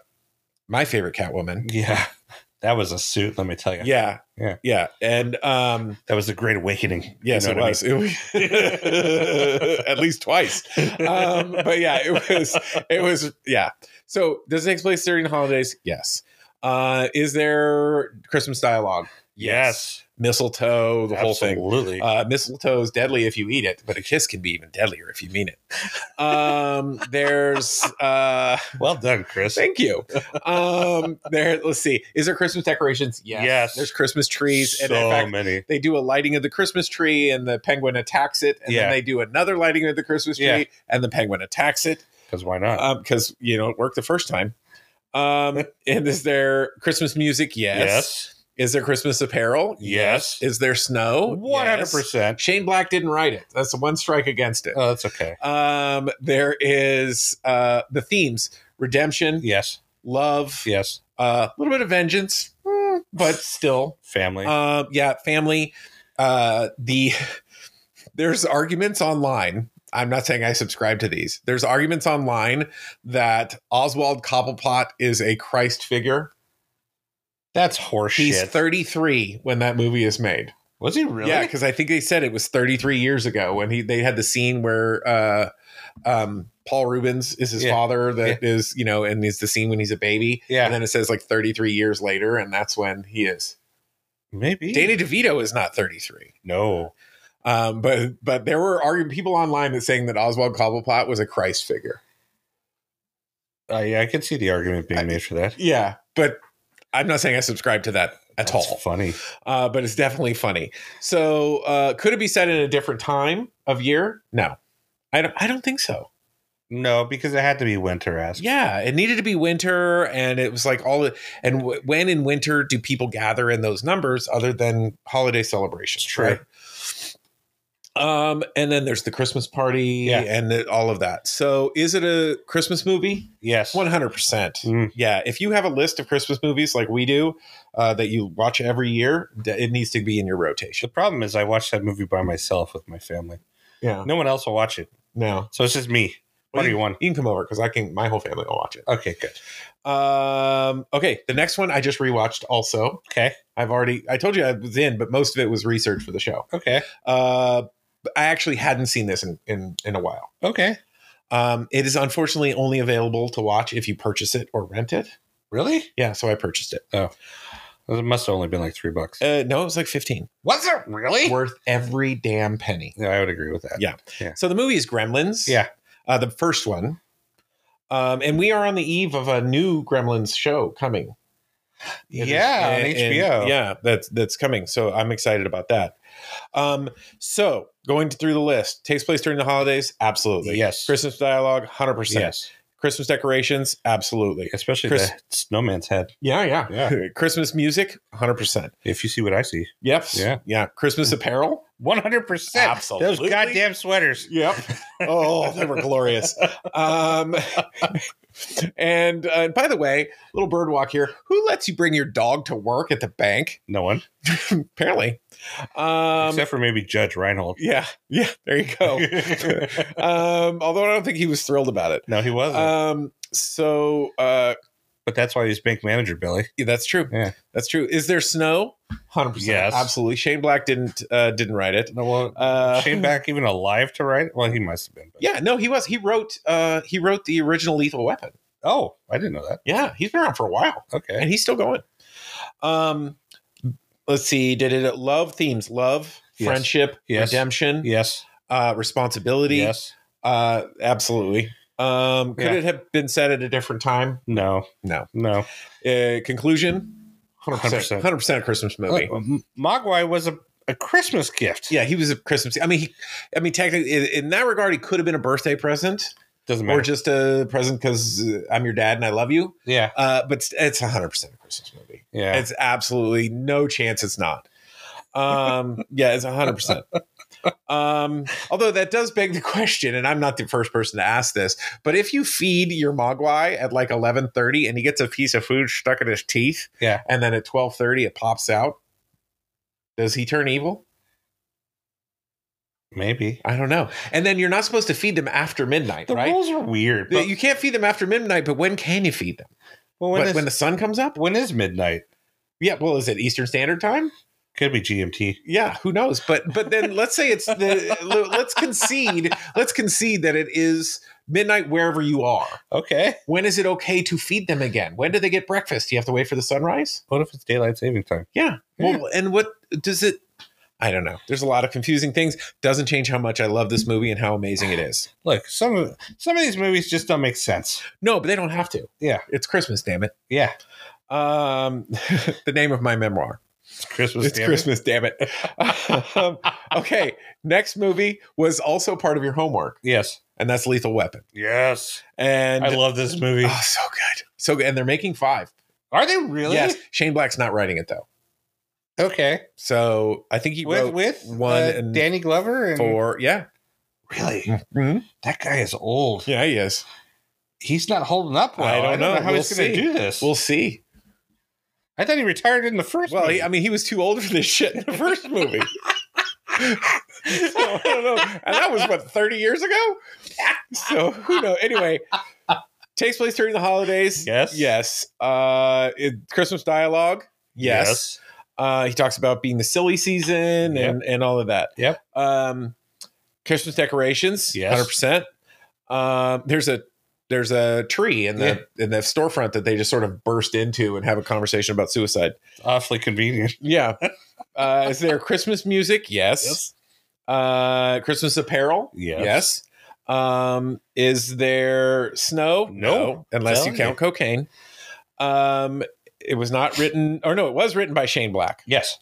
[SPEAKER 2] my favorite Catwoman.
[SPEAKER 3] Yeah. That was a suit, let me tell you.
[SPEAKER 2] Yeah,
[SPEAKER 3] Yeah.
[SPEAKER 2] yeah, and um,
[SPEAKER 3] That was a great awakening.
[SPEAKER 2] Yes,
[SPEAKER 3] You know what I
[SPEAKER 2] it was. It was- At least twice. Um, but yeah, it was. It was. Yeah. So does it take place during the holidays? Yes. Uh, is there Christmas dialogue?
[SPEAKER 3] Yes.
[SPEAKER 2] Mistletoe, the whole thing.
[SPEAKER 3] Absolutely.
[SPEAKER 2] Uh, mistletoe is deadly if you eat it, but a kiss can be even deadlier if you mean it. Um, there's. Uh,
[SPEAKER 3] well done, Chris.
[SPEAKER 2] thank you. Um, there. Let's see. Is there Christmas decorations? Yes.
[SPEAKER 3] Yes.
[SPEAKER 2] There's Christmas trees,
[SPEAKER 3] so
[SPEAKER 2] and in fact,
[SPEAKER 3] many.
[SPEAKER 2] they do a lighting of the Christmas tree and the penguin attacks it, and
[SPEAKER 3] Yeah.
[SPEAKER 2] then they do another lighting of the Christmas tree
[SPEAKER 3] Yeah.
[SPEAKER 2] and the penguin attacks it
[SPEAKER 3] Because why not?
[SPEAKER 2] because Um, you know it worked the first time. Um, and is there Christmas music? Yes. Is there Christmas apparel?
[SPEAKER 3] Yes.
[SPEAKER 2] Is there snow?
[SPEAKER 3] One hundred
[SPEAKER 2] Oh, Yes.
[SPEAKER 3] percent.
[SPEAKER 2] Shane Black didn't write it. That's the one strike against it.
[SPEAKER 3] Oh, that's okay.
[SPEAKER 2] Um, there is uh, the themes: redemption,
[SPEAKER 3] Yes.
[SPEAKER 2] love, uh, a
[SPEAKER 3] Yes.
[SPEAKER 2] little bit of vengeance,
[SPEAKER 3] Hmm.
[SPEAKER 2] mm, but still
[SPEAKER 3] Family.
[SPEAKER 2] Um, yeah, family. Uh, the there's arguments online. I'm not saying I subscribe to these. There's arguments online that Oswald Cobblepot is a Christ figure.
[SPEAKER 3] that's horseshit.
[SPEAKER 2] He's 33 when that movie is made.
[SPEAKER 3] was he really?
[SPEAKER 2] Yeah, because I think they said it was 33 years ago when he they had the scene where uh, um, Paul Rubens is his
[SPEAKER 3] Yeah.
[SPEAKER 2] father. That is, you know, and it's the scene when he's a baby.
[SPEAKER 3] Yeah.
[SPEAKER 2] And then it says like 33 years later, and that's when he is.
[SPEAKER 3] Maybe.
[SPEAKER 2] Danny DeVito is not 33.
[SPEAKER 3] no.
[SPEAKER 2] Um, but but there were arguing people online that saying that Oswald Cobblepot was a Christ figure.
[SPEAKER 3] Uh, yeah, I can see the argument being
[SPEAKER 2] I-
[SPEAKER 3] made for that.
[SPEAKER 2] Yeah, but I'm not saying I subscribe to that at
[SPEAKER 3] That's
[SPEAKER 2] all.
[SPEAKER 3] funny.
[SPEAKER 2] Uh, but it's definitely funny. So uh, could it be set in a different time of year? No, I don't. I don't think so.
[SPEAKER 3] No, because it had to be winter esque.
[SPEAKER 2] Yeah, it needed to be winter, and it was like all. the- And w- when in winter do people gather in those numbers other than holiday celebrations?
[SPEAKER 3] It's true.
[SPEAKER 2] right? Um, and then there's the Christmas party
[SPEAKER 3] Yeah.
[SPEAKER 2] and the, all of that. So is it a Christmas movie?
[SPEAKER 3] Yes.
[SPEAKER 2] One hundred percent.
[SPEAKER 3] Mm.
[SPEAKER 2] Yeah, if you have a list of Christmas movies like we do uh, that you watch every year, th- it needs to be in your
[SPEAKER 3] The
[SPEAKER 2] rotation.
[SPEAKER 3] problem is, I watched that movie by myself with my family.
[SPEAKER 2] Yeah.
[SPEAKER 3] No one else will watch it,
[SPEAKER 2] No,
[SPEAKER 3] so it's just me. What do you want?
[SPEAKER 2] you can come over because I can. My whole family will watch it.
[SPEAKER 3] Okay, good.
[SPEAKER 2] Um, okay, the next one I just rewatched. Also,
[SPEAKER 3] Okay,
[SPEAKER 2] I've already. I told you I was in, but most of it was research for the show.
[SPEAKER 3] okay,
[SPEAKER 2] Uh, but I actually hadn't seen this in in, in a while.
[SPEAKER 3] okay.
[SPEAKER 2] Um, it is unfortunately only available to watch if you purchase it or rent it.
[SPEAKER 3] Really?
[SPEAKER 2] Yeah, so I purchased it. Oh.
[SPEAKER 3] It must have only been like three bucks.
[SPEAKER 2] Uh, no, it was like fifteen.
[SPEAKER 3] was it really?
[SPEAKER 2] Worth every damn penny.
[SPEAKER 3] Yeah, I would agree with that.
[SPEAKER 2] Yeah. So the movie is Gremlins.
[SPEAKER 3] Yeah.
[SPEAKER 2] Uh, the first one. Um, and we are on the eve of a new Gremlins show coming. It is-
[SPEAKER 3] yeah,
[SPEAKER 2] and-
[SPEAKER 3] on
[SPEAKER 2] and-
[SPEAKER 3] HBO.
[SPEAKER 2] yeah, that's that's coming. So I'm excited about that. Um, so going through the list, takes place during the holidays, absolutely.
[SPEAKER 3] Yes.
[SPEAKER 2] Christmas dialogue, hundred percent.
[SPEAKER 3] yes.
[SPEAKER 2] Christmas decorations, absolutely.
[SPEAKER 3] Especially
[SPEAKER 2] Chris-
[SPEAKER 3] the snowman's head.
[SPEAKER 2] Yeah, yeah. Christmas music, hundred percent.
[SPEAKER 3] If you see what I see,
[SPEAKER 2] Yes.
[SPEAKER 3] Yeah.
[SPEAKER 2] Yeah. Christmas apparel.
[SPEAKER 3] one hundred percent. Those
[SPEAKER 2] Absolutely.
[SPEAKER 3] goddamn sweaters.
[SPEAKER 2] Yep. Oh, they were glorious. Um, and, uh, and by the way, little bird walk here. Who lets you bring your dog to work at the bank?
[SPEAKER 3] No one,
[SPEAKER 2] Apparently. Um,
[SPEAKER 3] except for maybe Judge Reinhold.
[SPEAKER 2] yeah, yeah. There you go. um, although I don't think he was thrilled about it.
[SPEAKER 3] no, he wasn't.
[SPEAKER 2] Um, so uh,
[SPEAKER 3] but that's why he's bank manager, Billy.
[SPEAKER 2] yeah, that's true.
[SPEAKER 3] Yeah.
[SPEAKER 2] That's true. Is there snow? Hundred percent.
[SPEAKER 3] Yes.
[SPEAKER 2] absolutely. Shane Black didn't uh, didn't write it.
[SPEAKER 3] No, well,
[SPEAKER 2] Uh,
[SPEAKER 3] Shane back even alive to write? Well, he must have been. But.
[SPEAKER 2] Yeah, no, he was. He wrote uh, he wrote the original Lethal Weapon.
[SPEAKER 3] Oh, I didn't know that.
[SPEAKER 2] Yeah, he's been around for a while.
[SPEAKER 3] Okay.
[SPEAKER 2] and he's still going. Um, let's see. Did it love themes? Love,
[SPEAKER 3] Yes.
[SPEAKER 2] friendship,
[SPEAKER 3] Yes.
[SPEAKER 2] redemption,
[SPEAKER 3] Yes.
[SPEAKER 2] uh, responsibility.
[SPEAKER 3] Yes.
[SPEAKER 2] Uh, absolutely. Um, could
[SPEAKER 3] Yeah.
[SPEAKER 2] it have been said at a different time?
[SPEAKER 3] No,
[SPEAKER 2] No.
[SPEAKER 3] no.
[SPEAKER 2] Uh, conclusion 100%,
[SPEAKER 3] 100%.
[SPEAKER 2] 100% a Christmas
[SPEAKER 3] Uh,
[SPEAKER 2] movie.
[SPEAKER 3] M- Mogwai was a, a Christmas gift.
[SPEAKER 2] Yeah, he was a Christmas. I mean, he, I mean, technically, in, in that regard, he could have been a birthday present
[SPEAKER 3] Doesn't
[SPEAKER 2] or
[SPEAKER 3] matter.
[SPEAKER 2] just a present because uh, I'm your dad and I love you.
[SPEAKER 3] yeah,
[SPEAKER 2] Uh, but it's- it's 100% a Christmas movie.
[SPEAKER 3] yeah.
[SPEAKER 2] It's absolutely no chance it's not. Um, yeah, it's 100%. Um, although that does beg the question, and I'm not the first person to ask this, but if you feed your Mogwai at like 11.30 and he gets a piece of food stuck in his teeth,
[SPEAKER 3] Yeah.
[SPEAKER 2] and then at 12.30 it pops out, does he turn evil?
[SPEAKER 3] Maybe.
[SPEAKER 2] I don't know. And then you're not supposed to feed them after midnight,
[SPEAKER 3] The
[SPEAKER 2] right?
[SPEAKER 3] rules are weird. But
[SPEAKER 2] you can't feed them after midnight, but when can you feed them?
[SPEAKER 3] well,
[SPEAKER 2] When,
[SPEAKER 3] when,
[SPEAKER 2] but
[SPEAKER 3] is,
[SPEAKER 2] when the sun comes up?
[SPEAKER 3] when is midnight?
[SPEAKER 2] Yeah, well, is it Eastern Standard Time?
[SPEAKER 3] Could be GMT.
[SPEAKER 2] yeah who knows but but then let's say it's the le- let's concede let's concede that it is midnight wherever you are
[SPEAKER 3] Okay.
[SPEAKER 2] when is it okay to feed them again when do they get breakfast do you have to wait for the sunrise
[SPEAKER 3] What if it's daylight saving time?
[SPEAKER 2] yeah well and what does it i don't know there's a lot of confusing things doesn't change how much i love this movie and how amazing it is
[SPEAKER 3] Look, some of some of these movies just don't make sense.
[SPEAKER 2] no but they don't have to
[SPEAKER 3] Yeah.
[SPEAKER 2] it's christmas damn it
[SPEAKER 3] Yeah,
[SPEAKER 2] um the name of my memoir
[SPEAKER 3] it's Christmas.
[SPEAKER 2] It's
[SPEAKER 3] damn it.
[SPEAKER 2] Christmas, damn it. um, okay, next movie was also part of your homework,
[SPEAKER 3] Yes,
[SPEAKER 2] and that's Lethal Weapon.
[SPEAKER 3] yes.
[SPEAKER 2] And
[SPEAKER 3] I love this movie.
[SPEAKER 2] oh, so good, so good. And they're making five.
[SPEAKER 3] Are they really?
[SPEAKER 2] Yes, Shane Black's not writing it though,
[SPEAKER 3] Okay.
[SPEAKER 2] so I think he
[SPEAKER 3] With
[SPEAKER 2] wrote
[SPEAKER 3] with
[SPEAKER 2] one
[SPEAKER 3] uh,
[SPEAKER 2] and
[SPEAKER 3] Danny Glover and
[SPEAKER 2] four. Yeah,
[SPEAKER 3] really Mm-hmm. Hmm? that guy is old.
[SPEAKER 2] yeah, he is.
[SPEAKER 3] He's not holding up well.
[SPEAKER 2] I
[SPEAKER 3] I
[SPEAKER 2] don't
[SPEAKER 3] don't, know,
[SPEAKER 2] know.
[SPEAKER 3] how he's
[SPEAKER 2] We'll
[SPEAKER 3] going
[SPEAKER 2] see.
[SPEAKER 3] to do this.
[SPEAKER 2] We'll see.
[SPEAKER 3] I thought he retired in the first.
[SPEAKER 2] Well, he,
[SPEAKER 3] movie.
[SPEAKER 2] I mean, he was too old for this shit in the first movie. so I don't know. And that was what, 30 years ago? So who knows? Anyway, takes place during the holidays.
[SPEAKER 3] Yes.
[SPEAKER 2] Yes. Uh it, Christmas dialogue. Yes.
[SPEAKER 3] yes.
[SPEAKER 2] Uh he talks about being the silly season and, and all of that.
[SPEAKER 3] Yep.
[SPEAKER 2] Um Christmas decorations.
[SPEAKER 3] Yes.
[SPEAKER 2] 100%. Um there's a there's a tree in the in the storefront that they just sort of burst into and have a conversation about suicide.
[SPEAKER 3] Awfully convenient.
[SPEAKER 2] Yeah. Uh, is there Christmas music? Yes. Uh, Christmas apparel?
[SPEAKER 3] Yes.
[SPEAKER 2] Yes. Um, is there snow?
[SPEAKER 3] No.
[SPEAKER 2] Unless you
[SPEAKER 3] Telling
[SPEAKER 2] count cocaine. Um, it was not written, or no, it was written by Shane Black.
[SPEAKER 3] Yes.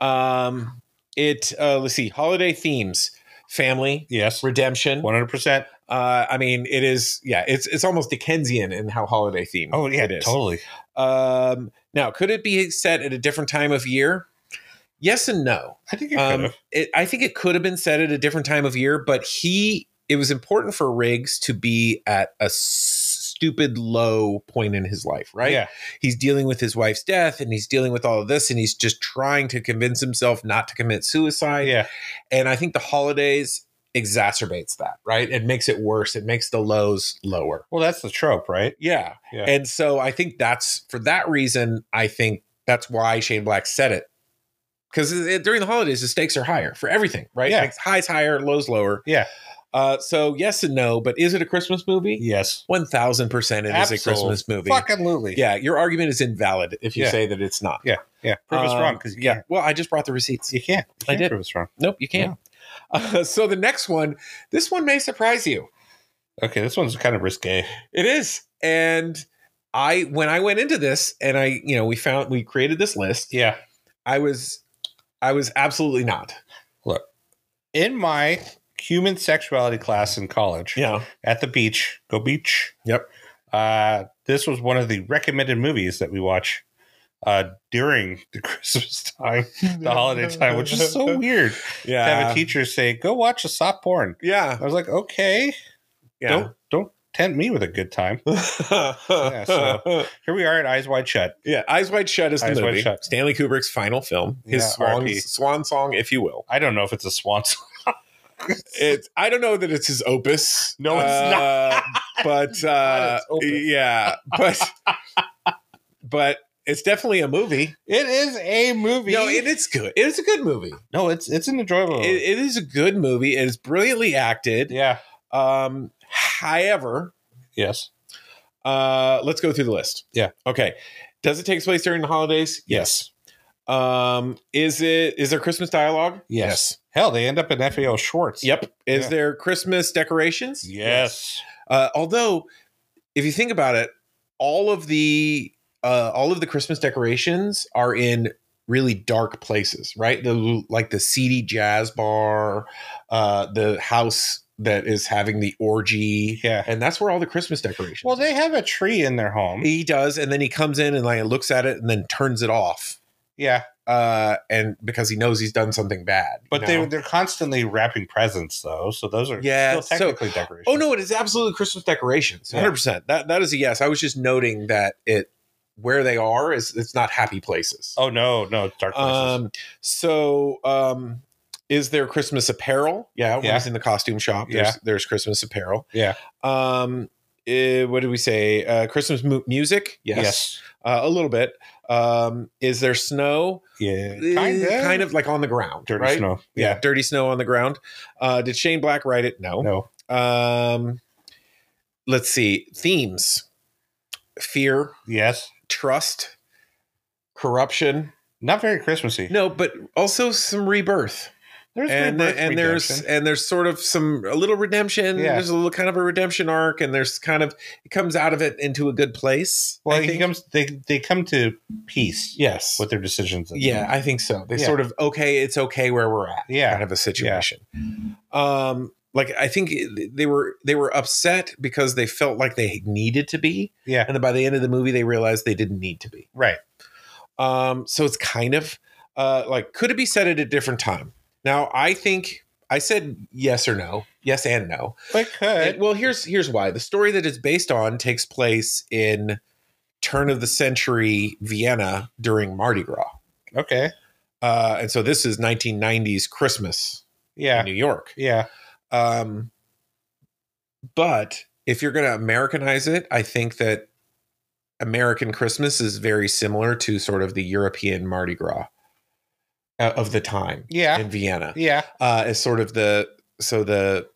[SPEAKER 2] Um, it, uh, let's see, holiday themes, family,
[SPEAKER 3] Yes.
[SPEAKER 2] redemption.
[SPEAKER 3] One hundred percent.
[SPEAKER 2] Uh, I mean, it is, yeah, it's it's almost Dickensian in how holiday themed
[SPEAKER 3] Oh yeah,
[SPEAKER 2] it is.
[SPEAKER 3] totally.
[SPEAKER 2] Um, now, could it be set at a different time of year? Yes and no.
[SPEAKER 3] I think you could
[SPEAKER 2] Um,
[SPEAKER 3] have.
[SPEAKER 2] it, I think it could have been set at a different time of year, but he it was important for Riggs to be at a s- stupid low point in his life, right?
[SPEAKER 3] Yeah.
[SPEAKER 2] He's dealing with his wife's death and he's dealing with all of this and he's just trying to convince himself not to commit suicide.
[SPEAKER 3] Yeah.
[SPEAKER 2] And I think the holidays exacerbates that, right? It makes it worse. It makes the lows lower.
[SPEAKER 3] Well, that's the trope, right?
[SPEAKER 2] Yeah.
[SPEAKER 3] Yeah.
[SPEAKER 2] And so I think that's for that reason, I think that's why Shane Black said it. Because during the holidays, the stakes are higher for everything, right?
[SPEAKER 3] Yeah.
[SPEAKER 2] Like, highs higher, lows lower.
[SPEAKER 3] Yeah.
[SPEAKER 2] Uh, so yes and no, but is it a Christmas movie?
[SPEAKER 3] Yes.
[SPEAKER 2] One thousand percent, it is a Christmas movie.
[SPEAKER 3] Fucking
[SPEAKER 2] Yeah, your argument is invalid if you
[SPEAKER 3] Yeah.
[SPEAKER 2] say that it's not.
[SPEAKER 3] Yeah. Prove us
[SPEAKER 2] Um,
[SPEAKER 3] wrong because you
[SPEAKER 2] yeah.
[SPEAKER 3] can't.
[SPEAKER 2] Well, I just brought the receipts.
[SPEAKER 3] You can't. You
[SPEAKER 2] I
[SPEAKER 3] can't
[SPEAKER 2] did.
[SPEAKER 3] prove us wrong.
[SPEAKER 2] Nope, you can't. Uh, so the next one, this one may surprise you.
[SPEAKER 3] Okay, this one's kind of risque.
[SPEAKER 2] It is. And I when I went into this and I, you know, we found we created this list,
[SPEAKER 3] Yeah.
[SPEAKER 2] I was I was absolutely not.
[SPEAKER 3] In my human sexuality class in college
[SPEAKER 2] Yeah.
[SPEAKER 3] at the beach, go beach.
[SPEAKER 2] Yep.
[SPEAKER 3] Uh, this was one of the recommended movies that we watch uh, during the Christmas time, the holiday time, which is so weird to have a
[SPEAKER 2] Yeah.
[SPEAKER 3] teacher say, go watch a soft porn.
[SPEAKER 2] Yeah.
[SPEAKER 3] I was like, okay,
[SPEAKER 2] Yeah.
[SPEAKER 3] don't don't tempt me with a good time.
[SPEAKER 2] yeah,
[SPEAKER 3] so- Here we are at Eyes Wide Shut.
[SPEAKER 2] Eyes Wide Shut is the
[SPEAKER 3] Eyes Wide
[SPEAKER 2] movie.
[SPEAKER 3] Shut.
[SPEAKER 2] Stanley Kubrick's final film, his
[SPEAKER 3] Yeah,
[SPEAKER 2] swan,
[SPEAKER 3] RIP.
[SPEAKER 2] swan song, if you will.
[SPEAKER 3] I don't know if it's a swan song.
[SPEAKER 2] It's I don't know that it's his opus.
[SPEAKER 3] No, it's
[SPEAKER 2] uh, not. But uh,
[SPEAKER 3] It's not his opus.
[SPEAKER 2] yeah, but but it's definitely a movie.
[SPEAKER 3] It is a movie.
[SPEAKER 2] No, it, it's good. It's a good movie.
[SPEAKER 3] no, it's it's an enjoyable.
[SPEAKER 2] It, it is a good movie. It is brilliantly acted.
[SPEAKER 3] yeah.
[SPEAKER 2] Um, however,
[SPEAKER 3] Yes.
[SPEAKER 2] uh, let's go through the list.
[SPEAKER 3] Yeah.
[SPEAKER 2] Okay. Does it take place during the holidays?
[SPEAKER 3] Yes.
[SPEAKER 2] Um, is it is there Christmas dialogue?
[SPEAKER 3] Hell, they end up in FAO Schwartz.
[SPEAKER 2] Yep. Is
[SPEAKER 3] Yeah.
[SPEAKER 2] there Christmas decorations?
[SPEAKER 3] Yes.
[SPEAKER 2] Uh, although, if you think about it, all of the uh, all of the Christmas decorations are in really dark places, right? The like the seedy jazz bar, uh, the house that is having the orgy,
[SPEAKER 3] Yeah.
[SPEAKER 2] and that's where all the Christmas decorations.
[SPEAKER 3] Well, they have a tree in their home.
[SPEAKER 2] he does, and then he comes in and like looks at it and then turns it off,
[SPEAKER 3] Yeah,
[SPEAKER 2] uh, and because he knows he's done something bad. you
[SPEAKER 3] but
[SPEAKER 2] know?
[SPEAKER 3] they they're constantly wrapping presents though, so those are
[SPEAKER 2] Yeah,
[SPEAKER 3] still
[SPEAKER 2] so-
[SPEAKER 3] technically decorations.
[SPEAKER 2] Oh no, it is absolutely Christmas decorations.
[SPEAKER 3] Yeah.
[SPEAKER 2] One hundred percent. That that is a yes. I was just noting that it where they are is it's not happy places.
[SPEAKER 3] Oh no, no, it's dark places.
[SPEAKER 2] Um. So, um, is there Christmas apparel? Yeah, when
[SPEAKER 3] Yeah.
[SPEAKER 2] he's in the costume shop, there's
[SPEAKER 3] Yeah.
[SPEAKER 2] there's Christmas apparel.
[SPEAKER 3] Yeah.
[SPEAKER 2] Um. eh, what did we say? Uh, Christmas mu- music. Yes. Uh, a little bit. Um. Is there snow?
[SPEAKER 3] yes.
[SPEAKER 2] Eh,
[SPEAKER 3] yeah, kind of,
[SPEAKER 2] Kind of like on the ground.
[SPEAKER 3] dirty
[SPEAKER 2] right?
[SPEAKER 3] snow.
[SPEAKER 2] Yeah.
[SPEAKER 3] Yeah,
[SPEAKER 2] Dirty snow on the ground. Uh. Did Shane Black write it? No.
[SPEAKER 3] no,
[SPEAKER 2] Um, let's see themes: fear,
[SPEAKER 3] yes,
[SPEAKER 2] trust, corruption.
[SPEAKER 3] not very Christmassy.
[SPEAKER 2] No, but also some rebirth,
[SPEAKER 3] there's
[SPEAKER 2] and
[SPEAKER 3] rebirth
[SPEAKER 2] and there's eh,
[SPEAKER 3] redemption.
[SPEAKER 2] and there's sort of some a little redemption.
[SPEAKER 3] Yeah.
[SPEAKER 2] There's a little kind of a redemption arc, and there's kind of it comes out of it into a good place.
[SPEAKER 3] well,
[SPEAKER 2] I
[SPEAKER 3] he
[SPEAKER 2] think.
[SPEAKER 3] comes. They they come to peace
[SPEAKER 2] yes.
[SPEAKER 3] with their decisions.
[SPEAKER 2] yeah, I think so. They
[SPEAKER 3] Yeah.
[SPEAKER 2] sort of okay, it's okay where we're at.
[SPEAKER 3] Yeah.
[SPEAKER 2] kind of a situation. Um, like I think they were they were upset because they felt like they needed to be,
[SPEAKER 3] yeah,
[SPEAKER 2] and then by the end of the movie they realized they didn't need to be
[SPEAKER 3] right.
[SPEAKER 2] um so it's kind of uh like could it be said at a different time now i think i said yes or no yes and no
[SPEAKER 3] But could
[SPEAKER 2] And- well here's here's why the story that it's based on takes place in turn of the century vienna during mardi gras
[SPEAKER 3] okay,
[SPEAKER 2] uh and so this is 1990s christmas in
[SPEAKER 3] yeah,
[SPEAKER 2] new york
[SPEAKER 3] yeah,
[SPEAKER 2] um, but if you're going to Americanize it, I think that American Christmas is very similar to sort of the European Mardi Gras uh, of the time
[SPEAKER 3] yeah,
[SPEAKER 2] in Vienna.
[SPEAKER 3] yeah.
[SPEAKER 2] Uh, is sort of the so the.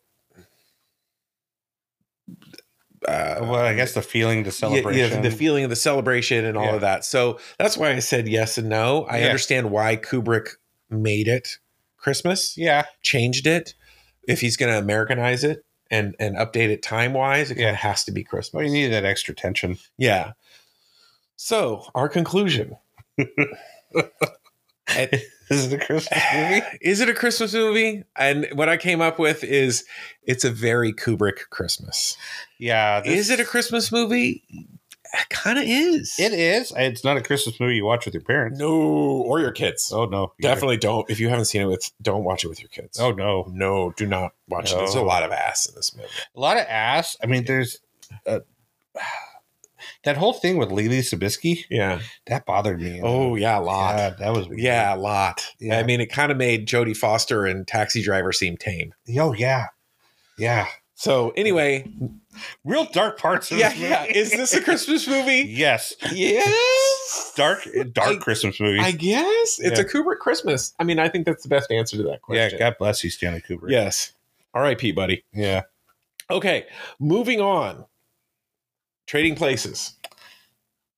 [SPEAKER 2] Uh,
[SPEAKER 3] Well, I guess the feeling, the
[SPEAKER 2] yeah, yeah,
[SPEAKER 3] celebration,
[SPEAKER 2] the feeling of the celebration and all
[SPEAKER 3] Yeah.
[SPEAKER 2] of that. So that's why I said yes and no. I
[SPEAKER 3] Yeah.
[SPEAKER 2] understand why Kubrick made it Christmas
[SPEAKER 3] yeah,
[SPEAKER 2] changed it, if he's going to Americanize it and and update it time wise, it
[SPEAKER 3] Yeah.
[SPEAKER 2] kind of has to be
[SPEAKER 3] well,
[SPEAKER 2] Christmas.
[SPEAKER 3] you need that extra tension.
[SPEAKER 2] yeah. So our conclusion
[SPEAKER 3] This is the Christmas movie.
[SPEAKER 2] is it a Christmas movie? And what I came up with is it's a very Kubrick Christmas.
[SPEAKER 3] Yeah,
[SPEAKER 2] Is it a Christmas movie? Kind of is.
[SPEAKER 3] It is. It's not a Christmas movie you watch with your parents.
[SPEAKER 2] No, or your kids.
[SPEAKER 3] Oh no,
[SPEAKER 2] Definitely don't. If you haven't seen it with, don't watch it with your kids.
[SPEAKER 3] Oh no,
[SPEAKER 2] no, do not watch it.
[SPEAKER 3] No.
[SPEAKER 2] There's a lot of ass in this movie.
[SPEAKER 3] a lot of ass. I mean, there's uh, that whole thing with Lily Sabisky
[SPEAKER 2] Yeah.
[SPEAKER 3] that bothered me.
[SPEAKER 2] Oh yeah, a lot.
[SPEAKER 3] God, that was weird.
[SPEAKER 2] Yeah, a lot.
[SPEAKER 3] Yeah.
[SPEAKER 2] I mean, it kind of made Jodie Foster and Taxi Driver seem tame.
[SPEAKER 3] Oh yeah, yeah.
[SPEAKER 2] So anyway,
[SPEAKER 3] Real dark parts. Of
[SPEAKER 2] yeah,
[SPEAKER 3] this movie.
[SPEAKER 2] yeah. Is this a Christmas movie?
[SPEAKER 3] yes,
[SPEAKER 2] yes.
[SPEAKER 3] dark, eh, dark
[SPEAKER 2] I-
[SPEAKER 3] Christmas movie.
[SPEAKER 2] I guess it's a
[SPEAKER 3] Yeah.
[SPEAKER 2] Kubrick Christmas. I mean, I think that's the best answer to that
[SPEAKER 3] yeah,
[SPEAKER 2] question.
[SPEAKER 3] God bless you, Stanley Kubrick.
[SPEAKER 2] yes. R.I.P. Buddy.
[SPEAKER 3] yeah.
[SPEAKER 2] Okay, moving on. Trading Places.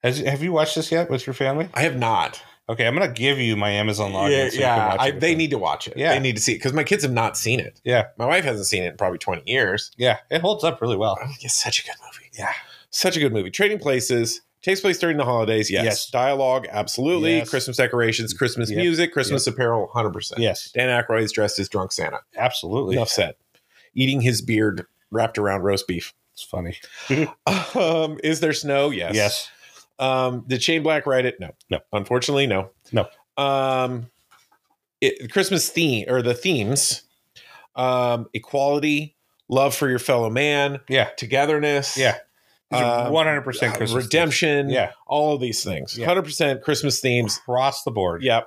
[SPEAKER 3] Has, have you watched this yet with your family?
[SPEAKER 2] I have not.
[SPEAKER 3] Okay, I'm gonna give you my Amazon login.
[SPEAKER 2] yeah,
[SPEAKER 3] so you can
[SPEAKER 2] yeah.
[SPEAKER 3] watch it
[SPEAKER 2] I,
[SPEAKER 3] with
[SPEAKER 2] they
[SPEAKER 3] them.
[SPEAKER 2] need to watch it.
[SPEAKER 3] Yeah.
[SPEAKER 2] they need to see it because my kids have not seen it.
[SPEAKER 3] Yeah.
[SPEAKER 2] my wife hasn't seen it in probably twenty years.
[SPEAKER 3] Yeah, it holds up really well.
[SPEAKER 2] It's such a good movie.
[SPEAKER 3] Yeah.
[SPEAKER 2] Such a good movie. Trading Places takes place during the holidays. Yes.
[SPEAKER 3] Yes.
[SPEAKER 2] Dialogue, absolutely.
[SPEAKER 3] Yes.
[SPEAKER 2] Christmas decorations, Christmas
[SPEAKER 3] Yep.
[SPEAKER 2] music, Christmas apparel, 100%.
[SPEAKER 3] Yes,
[SPEAKER 2] Dan Aykroyd's dressed as drunk Santa.
[SPEAKER 3] absolutely.
[SPEAKER 2] Enough said. Eating his beard wrapped around roast beef.
[SPEAKER 3] It's funny.
[SPEAKER 2] Um, is there snow? Yes.
[SPEAKER 3] yes.
[SPEAKER 2] Um, did Shane Black write it? No.
[SPEAKER 3] No.
[SPEAKER 2] Unfortunately, no.
[SPEAKER 3] No.
[SPEAKER 2] Um, it, Christmas theme or the themes um, equality, love for your fellow man,
[SPEAKER 3] Yeah.
[SPEAKER 2] togetherness.
[SPEAKER 3] Yeah.
[SPEAKER 2] Um,
[SPEAKER 3] One hundred percent
[SPEAKER 2] uh,
[SPEAKER 3] Christmas
[SPEAKER 2] redemption,
[SPEAKER 3] themes. Yeah,
[SPEAKER 2] all of these things.
[SPEAKER 3] Yeah.
[SPEAKER 2] 100% Christmas themes.
[SPEAKER 3] across the board.
[SPEAKER 2] Yep.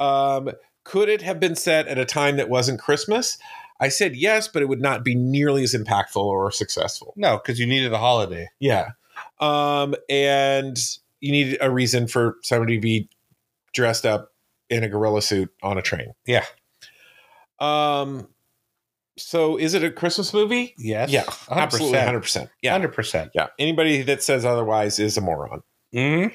[SPEAKER 2] Um, could it have been set at a time that wasn't Christmas? I said yes, but it would not be nearly as impactful or successful.
[SPEAKER 3] No, because you needed a holiday.
[SPEAKER 2] Yeah. Um, and you need a reason for somebody to be dressed up in a gorilla suit on a train.
[SPEAKER 3] Yeah.
[SPEAKER 2] Um, so is it a Christmas movie?
[SPEAKER 3] Yes.
[SPEAKER 2] Yeah,
[SPEAKER 3] 100%.
[SPEAKER 2] Absolutely, 100%. Yeah.
[SPEAKER 3] 100%.
[SPEAKER 2] Yeah. Anybody that says otherwise is a moron.
[SPEAKER 3] Mm-hmm.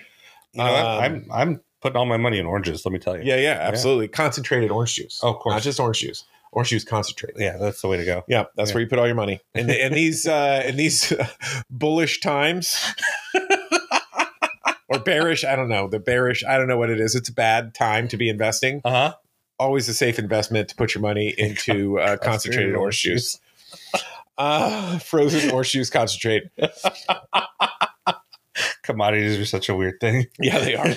[SPEAKER 3] You know, what?
[SPEAKER 2] Um,
[SPEAKER 3] I'm I'm putting all my money in oranges. Let me tell you.
[SPEAKER 2] Yeah, yeah, absolutely. Concentrated orange juice.
[SPEAKER 3] Oh, of course.
[SPEAKER 2] Not just orange juice. or she was concentrating.
[SPEAKER 3] Yeah, that's the way to go.
[SPEAKER 2] Yeah, that's
[SPEAKER 3] Yeah.
[SPEAKER 2] where you put all your money. And in these uh, in these bullish times or bearish, I don't know. The bearish, I don't know what it is. It's a bad time to be investing.
[SPEAKER 3] Uh huh.
[SPEAKER 2] Always a safe investment to put your money into uh, concentrated orange juice. Uh, frozen orange juice concentrate.
[SPEAKER 3] Commodities are such a weird thing.
[SPEAKER 2] Yeah, they are.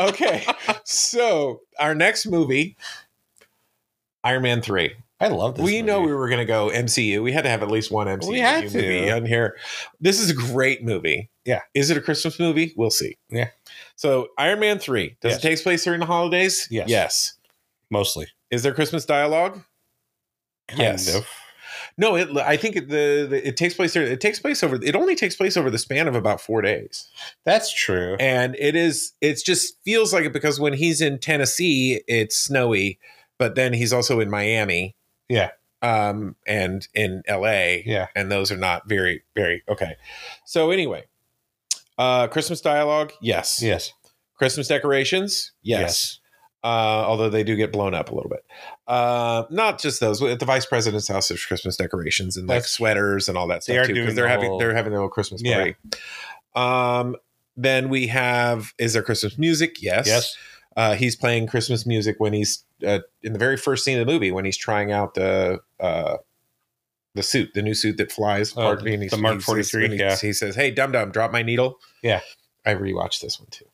[SPEAKER 2] okay. So, our next movie Iron Man 3.
[SPEAKER 3] I love this.
[SPEAKER 2] we know we
[SPEAKER 3] movie.
[SPEAKER 2] were going to go MCU. We had to have at least one MCU
[SPEAKER 3] We had to.
[SPEAKER 2] movie on here. This is a great movie.
[SPEAKER 3] Yeah.
[SPEAKER 2] Is it a Christmas movie? We'll see.
[SPEAKER 3] Yeah.
[SPEAKER 2] So, Iron Man 3. Does
[SPEAKER 3] Yes.
[SPEAKER 2] it take place during the holidays?
[SPEAKER 3] Yes.
[SPEAKER 2] Yes.
[SPEAKER 3] mostly.
[SPEAKER 2] Is there Christmas dialogue? Yes.
[SPEAKER 3] of.
[SPEAKER 2] No, it I think it, the, the it takes place there. It takes place over it only takes place over the span of about 4 days.
[SPEAKER 3] That's true.
[SPEAKER 2] and it is it's just feels like it because when he's in Tennessee it's snowy but then he's also in Miami
[SPEAKER 3] Yeah.
[SPEAKER 2] um and in LA
[SPEAKER 3] yeah.
[SPEAKER 2] and those are not very very okay so anyway uh Christmas dialogue yes
[SPEAKER 3] Yes.
[SPEAKER 2] Christmas decorations yes, uh although they do get blown up a little bit uh not just those at the vice president's house there's Christmas decorations and like
[SPEAKER 3] That's-
[SPEAKER 2] sweaters and all that
[SPEAKER 3] They
[SPEAKER 2] stuff
[SPEAKER 3] are
[SPEAKER 2] too, 'cause
[SPEAKER 3] doing
[SPEAKER 2] they're
[SPEAKER 3] the
[SPEAKER 2] having
[SPEAKER 3] whole-
[SPEAKER 2] they're having their own Christmas
[SPEAKER 3] Yeah.
[SPEAKER 2] party um then we have is there Christmas music yes
[SPEAKER 3] Yes.
[SPEAKER 2] uh, he's playing Christmas music when he's uh, in the very first scene of the movie when he's trying out the uh, the suit, the new suit that flies.
[SPEAKER 3] Oh,
[SPEAKER 2] Pardon me,
[SPEAKER 3] the-
[SPEAKER 2] and he's-
[SPEAKER 3] the Mark
[SPEAKER 2] he says-
[SPEAKER 3] 43,
[SPEAKER 2] when He,
[SPEAKER 3] yeah.
[SPEAKER 2] he says, "Hey, dum dum, drop my needle."
[SPEAKER 3] Yeah.
[SPEAKER 2] I rewatched this one too.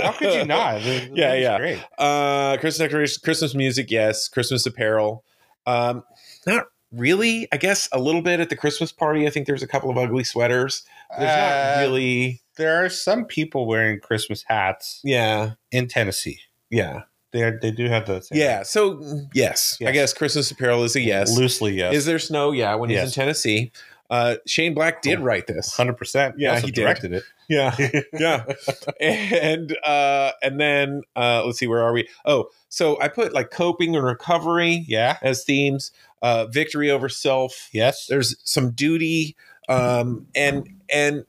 [SPEAKER 3] How could you not? The- the
[SPEAKER 2] Yeah,
[SPEAKER 3] movie's
[SPEAKER 2] yeah.
[SPEAKER 3] Great.
[SPEAKER 2] Uh, Christmas decorations, Christmas music, yes. Christmas apparel, um, not really. I guess a little bit at the Christmas party. I think there's a couple of ugly sweaters. There's
[SPEAKER 3] Uh,
[SPEAKER 2] not really.
[SPEAKER 3] There are some people wearing Christmas hats
[SPEAKER 2] Yeah,
[SPEAKER 3] in Tennessee.
[SPEAKER 2] yeah,
[SPEAKER 3] They are, they do have the same-
[SPEAKER 2] yeah. So mm, yes, I
[SPEAKER 3] Yes.
[SPEAKER 2] guess Christmas apparel is a yes.
[SPEAKER 3] Loosely, yes.
[SPEAKER 2] Is there snow? Yeah, when he's
[SPEAKER 3] Yes.
[SPEAKER 2] in Tennessee. Uh, Shane Black did
[SPEAKER 3] Oh.
[SPEAKER 2] write this.
[SPEAKER 3] 100%.
[SPEAKER 2] Yeah,
[SPEAKER 3] also
[SPEAKER 2] he did.
[SPEAKER 3] directed it.
[SPEAKER 2] Yeah, yeah. and uh, and then uh, let's see, where are we? Oh, so I put like coping and recovery
[SPEAKER 3] Yeah.
[SPEAKER 2] as themes. Uh, victory over self.
[SPEAKER 3] Yes.
[SPEAKER 2] There's some duty, um, and and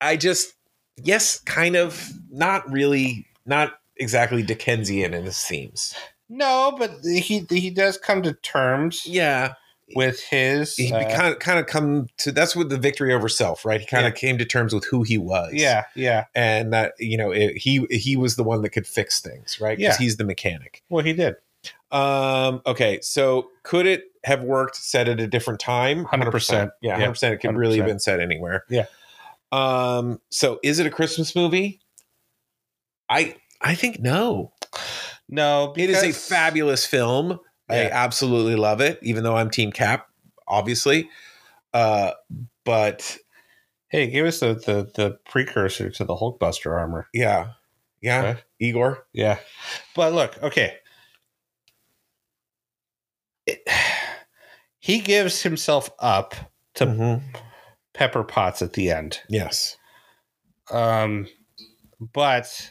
[SPEAKER 2] I just yes, kind of not really, not exactly Dickensian in his themes.
[SPEAKER 3] No, but he he does come to terms
[SPEAKER 2] Yeah,
[SPEAKER 3] with his
[SPEAKER 2] he
[SPEAKER 3] uh,
[SPEAKER 2] kind of kind of come to that's what the victory over self right he kind of
[SPEAKER 3] Yeah.
[SPEAKER 2] came to terms with who he was
[SPEAKER 3] yeah, yeah.
[SPEAKER 2] and that you know it, he he was the one that could fix things right 'Cause
[SPEAKER 3] Yeah.
[SPEAKER 2] he's the mechanic
[SPEAKER 3] Well, he did.
[SPEAKER 2] um okay so could it have worked set at a different time
[SPEAKER 3] 100%.
[SPEAKER 2] yeah
[SPEAKER 3] Yeah,
[SPEAKER 2] 100% it could really have
[SPEAKER 3] 100%.
[SPEAKER 2] been set anywhere
[SPEAKER 3] Yeah.
[SPEAKER 2] um so is it a christmas movie i i think no
[SPEAKER 3] No,
[SPEAKER 2] it is a fabulous film. I
[SPEAKER 3] Yeah.
[SPEAKER 2] absolutely love it, even though I'm Team Cap, obviously. Uh, but
[SPEAKER 3] Hey, give us the, the the precursor to the Hulkbuster armor.
[SPEAKER 2] yeah, yeah,
[SPEAKER 3] Okay.
[SPEAKER 2] Igor.
[SPEAKER 3] Yeah, but look, okay. It- he gives himself up to Pepper Potts at the end,
[SPEAKER 2] Mm-hmm. Yes,
[SPEAKER 3] um, but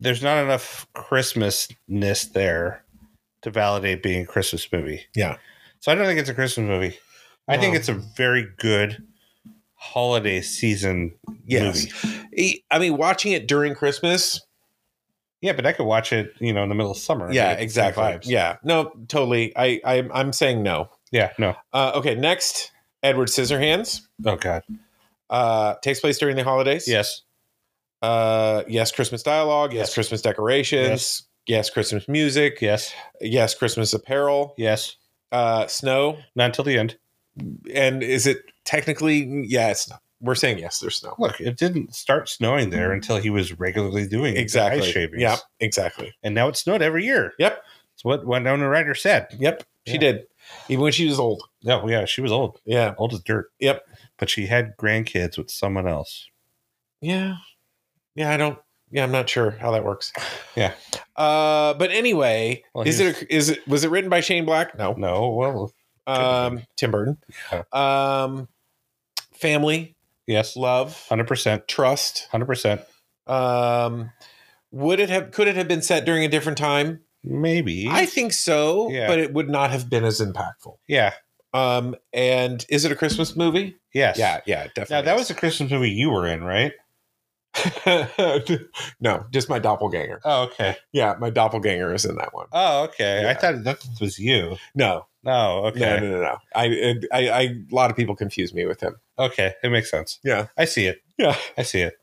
[SPEAKER 3] there's not enough Christmasness there to validate being a Christmas movie.
[SPEAKER 2] Yeah.
[SPEAKER 3] so I don't think it's a Christmas movie. I think
[SPEAKER 2] No.
[SPEAKER 3] it's a very good holiday season
[SPEAKER 2] yes.
[SPEAKER 3] movie.
[SPEAKER 2] E- I mean, watching it during Christmas.
[SPEAKER 3] Yeah, but I could watch it, you know, in the middle of summer. and
[SPEAKER 2] Yeah,
[SPEAKER 3] get the same
[SPEAKER 2] exactly.
[SPEAKER 3] vibes.
[SPEAKER 2] Yeah, no, totally. I, I I'm saying no.
[SPEAKER 3] yeah, no.
[SPEAKER 2] Uh, okay, next, Edward Scissorhands
[SPEAKER 3] Oh God.
[SPEAKER 2] uh, takes place during the holidays.
[SPEAKER 3] Yes.
[SPEAKER 2] Uh, yes, Christmas dialogue. Yes,
[SPEAKER 3] Yes.
[SPEAKER 2] Christmas decorations.
[SPEAKER 3] Yes.
[SPEAKER 2] yes, Christmas music.
[SPEAKER 3] Yes.
[SPEAKER 2] Yes, Christmas apparel.
[SPEAKER 3] Yes.
[SPEAKER 2] Uh, snow.
[SPEAKER 3] Not until the end.
[SPEAKER 2] and is it technically yeah it's not we're saying yes there's snow
[SPEAKER 3] Look, it didn't start snowing there until he was regularly doing the ice
[SPEAKER 2] Mm-hmm. exactly
[SPEAKER 3] shavings.
[SPEAKER 2] yeah exactly
[SPEAKER 3] And now it snowed every year.
[SPEAKER 2] Yep.
[SPEAKER 3] It's what Winona Ryder said.
[SPEAKER 2] yep she
[SPEAKER 3] Yeah.
[SPEAKER 2] did even when she was old
[SPEAKER 3] No, yeah, she was old.
[SPEAKER 2] yeah
[SPEAKER 3] Old as dirt.
[SPEAKER 2] Yep.
[SPEAKER 3] But she had grandkids with someone else.
[SPEAKER 2] yeah yeah i don't yeah i'm not sure how that works
[SPEAKER 3] Yeah.
[SPEAKER 2] uh but anyway
[SPEAKER 3] Well,
[SPEAKER 2] is
[SPEAKER 3] he
[SPEAKER 2] it a, is it was it written by shane black no
[SPEAKER 3] No, well,
[SPEAKER 2] um tim burton
[SPEAKER 3] Yeah.
[SPEAKER 2] um family
[SPEAKER 3] yes.
[SPEAKER 2] love
[SPEAKER 3] Um, 100%.
[SPEAKER 2] trust
[SPEAKER 3] 100%.
[SPEAKER 2] um would it have could it have been set during a different time
[SPEAKER 3] Maybe.
[SPEAKER 2] i think so
[SPEAKER 3] Yeah.
[SPEAKER 2] but it would not have been as impactful
[SPEAKER 3] yeah.
[SPEAKER 2] Um, and is it a Christmas movie?
[SPEAKER 3] Yes.
[SPEAKER 2] Yeah, yeah, definitely.
[SPEAKER 3] Now, that
[SPEAKER 2] is.
[SPEAKER 3] was the Christmas movie you were in, right?
[SPEAKER 2] no, just my doppelganger.
[SPEAKER 3] Oh, okay.
[SPEAKER 2] Yeah, my doppelganger is in that one.
[SPEAKER 3] Oh, okay. I
[SPEAKER 2] Yeah.
[SPEAKER 3] thought that was you.
[SPEAKER 2] No,
[SPEAKER 3] No, okay.
[SPEAKER 2] no, no, no, no. I, it- I, I, a lot of people confuse me with him.
[SPEAKER 3] Okay. It makes sense.
[SPEAKER 2] Yeah,
[SPEAKER 3] I see it.
[SPEAKER 2] yeah,
[SPEAKER 3] I see it.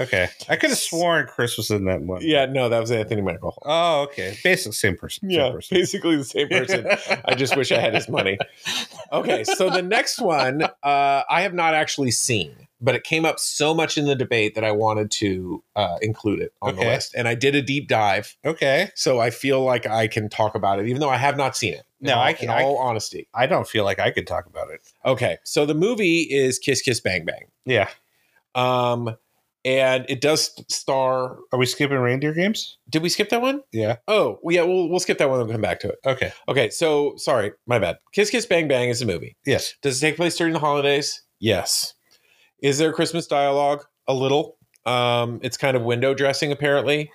[SPEAKER 3] Okay. I could have sworn Chris was in that one.
[SPEAKER 2] yeah. No, that was Anthony Michael. Hall.
[SPEAKER 3] Oh, okay. Basic same person.
[SPEAKER 2] Yeah,
[SPEAKER 3] Same person.
[SPEAKER 2] basically the same person. I just wish I had his money. Okay, so the next one uh, I have not actually seen, but it came up so much in the debate that I wanted to uh, include it on the
[SPEAKER 3] Okay.
[SPEAKER 2] list, and I did a deep dive,
[SPEAKER 3] Okay.
[SPEAKER 2] so I feel like I can talk about it, even though I have not seen it. in
[SPEAKER 3] No,
[SPEAKER 2] all-
[SPEAKER 3] I can-
[SPEAKER 2] In all honesty,
[SPEAKER 3] I don't feel like I could talk about it.
[SPEAKER 2] okay. So the movie is Kiss Kiss Bang Bang,
[SPEAKER 3] Yeah.
[SPEAKER 2] um, and it does star.
[SPEAKER 3] Are we skipping reindeer games?
[SPEAKER 2] Did we skip that one?
[SPEAKER 3] Yeah.
[SPEAKER 2] Oh, well, yeah. We'll we'll skip that one and come back to it.
[SPEAKER 3] Okay.
[SPEAKER 2] Okay, so sorry, my bad. Kiss Kiss Bang Bang is a movie.
[SPEAKER 3] Yes.
[SPEAKER 2] Does it take place during the holidays? Yes. Is there Christmas dialogue? A little. Um, it's kind of window dressing, apparently.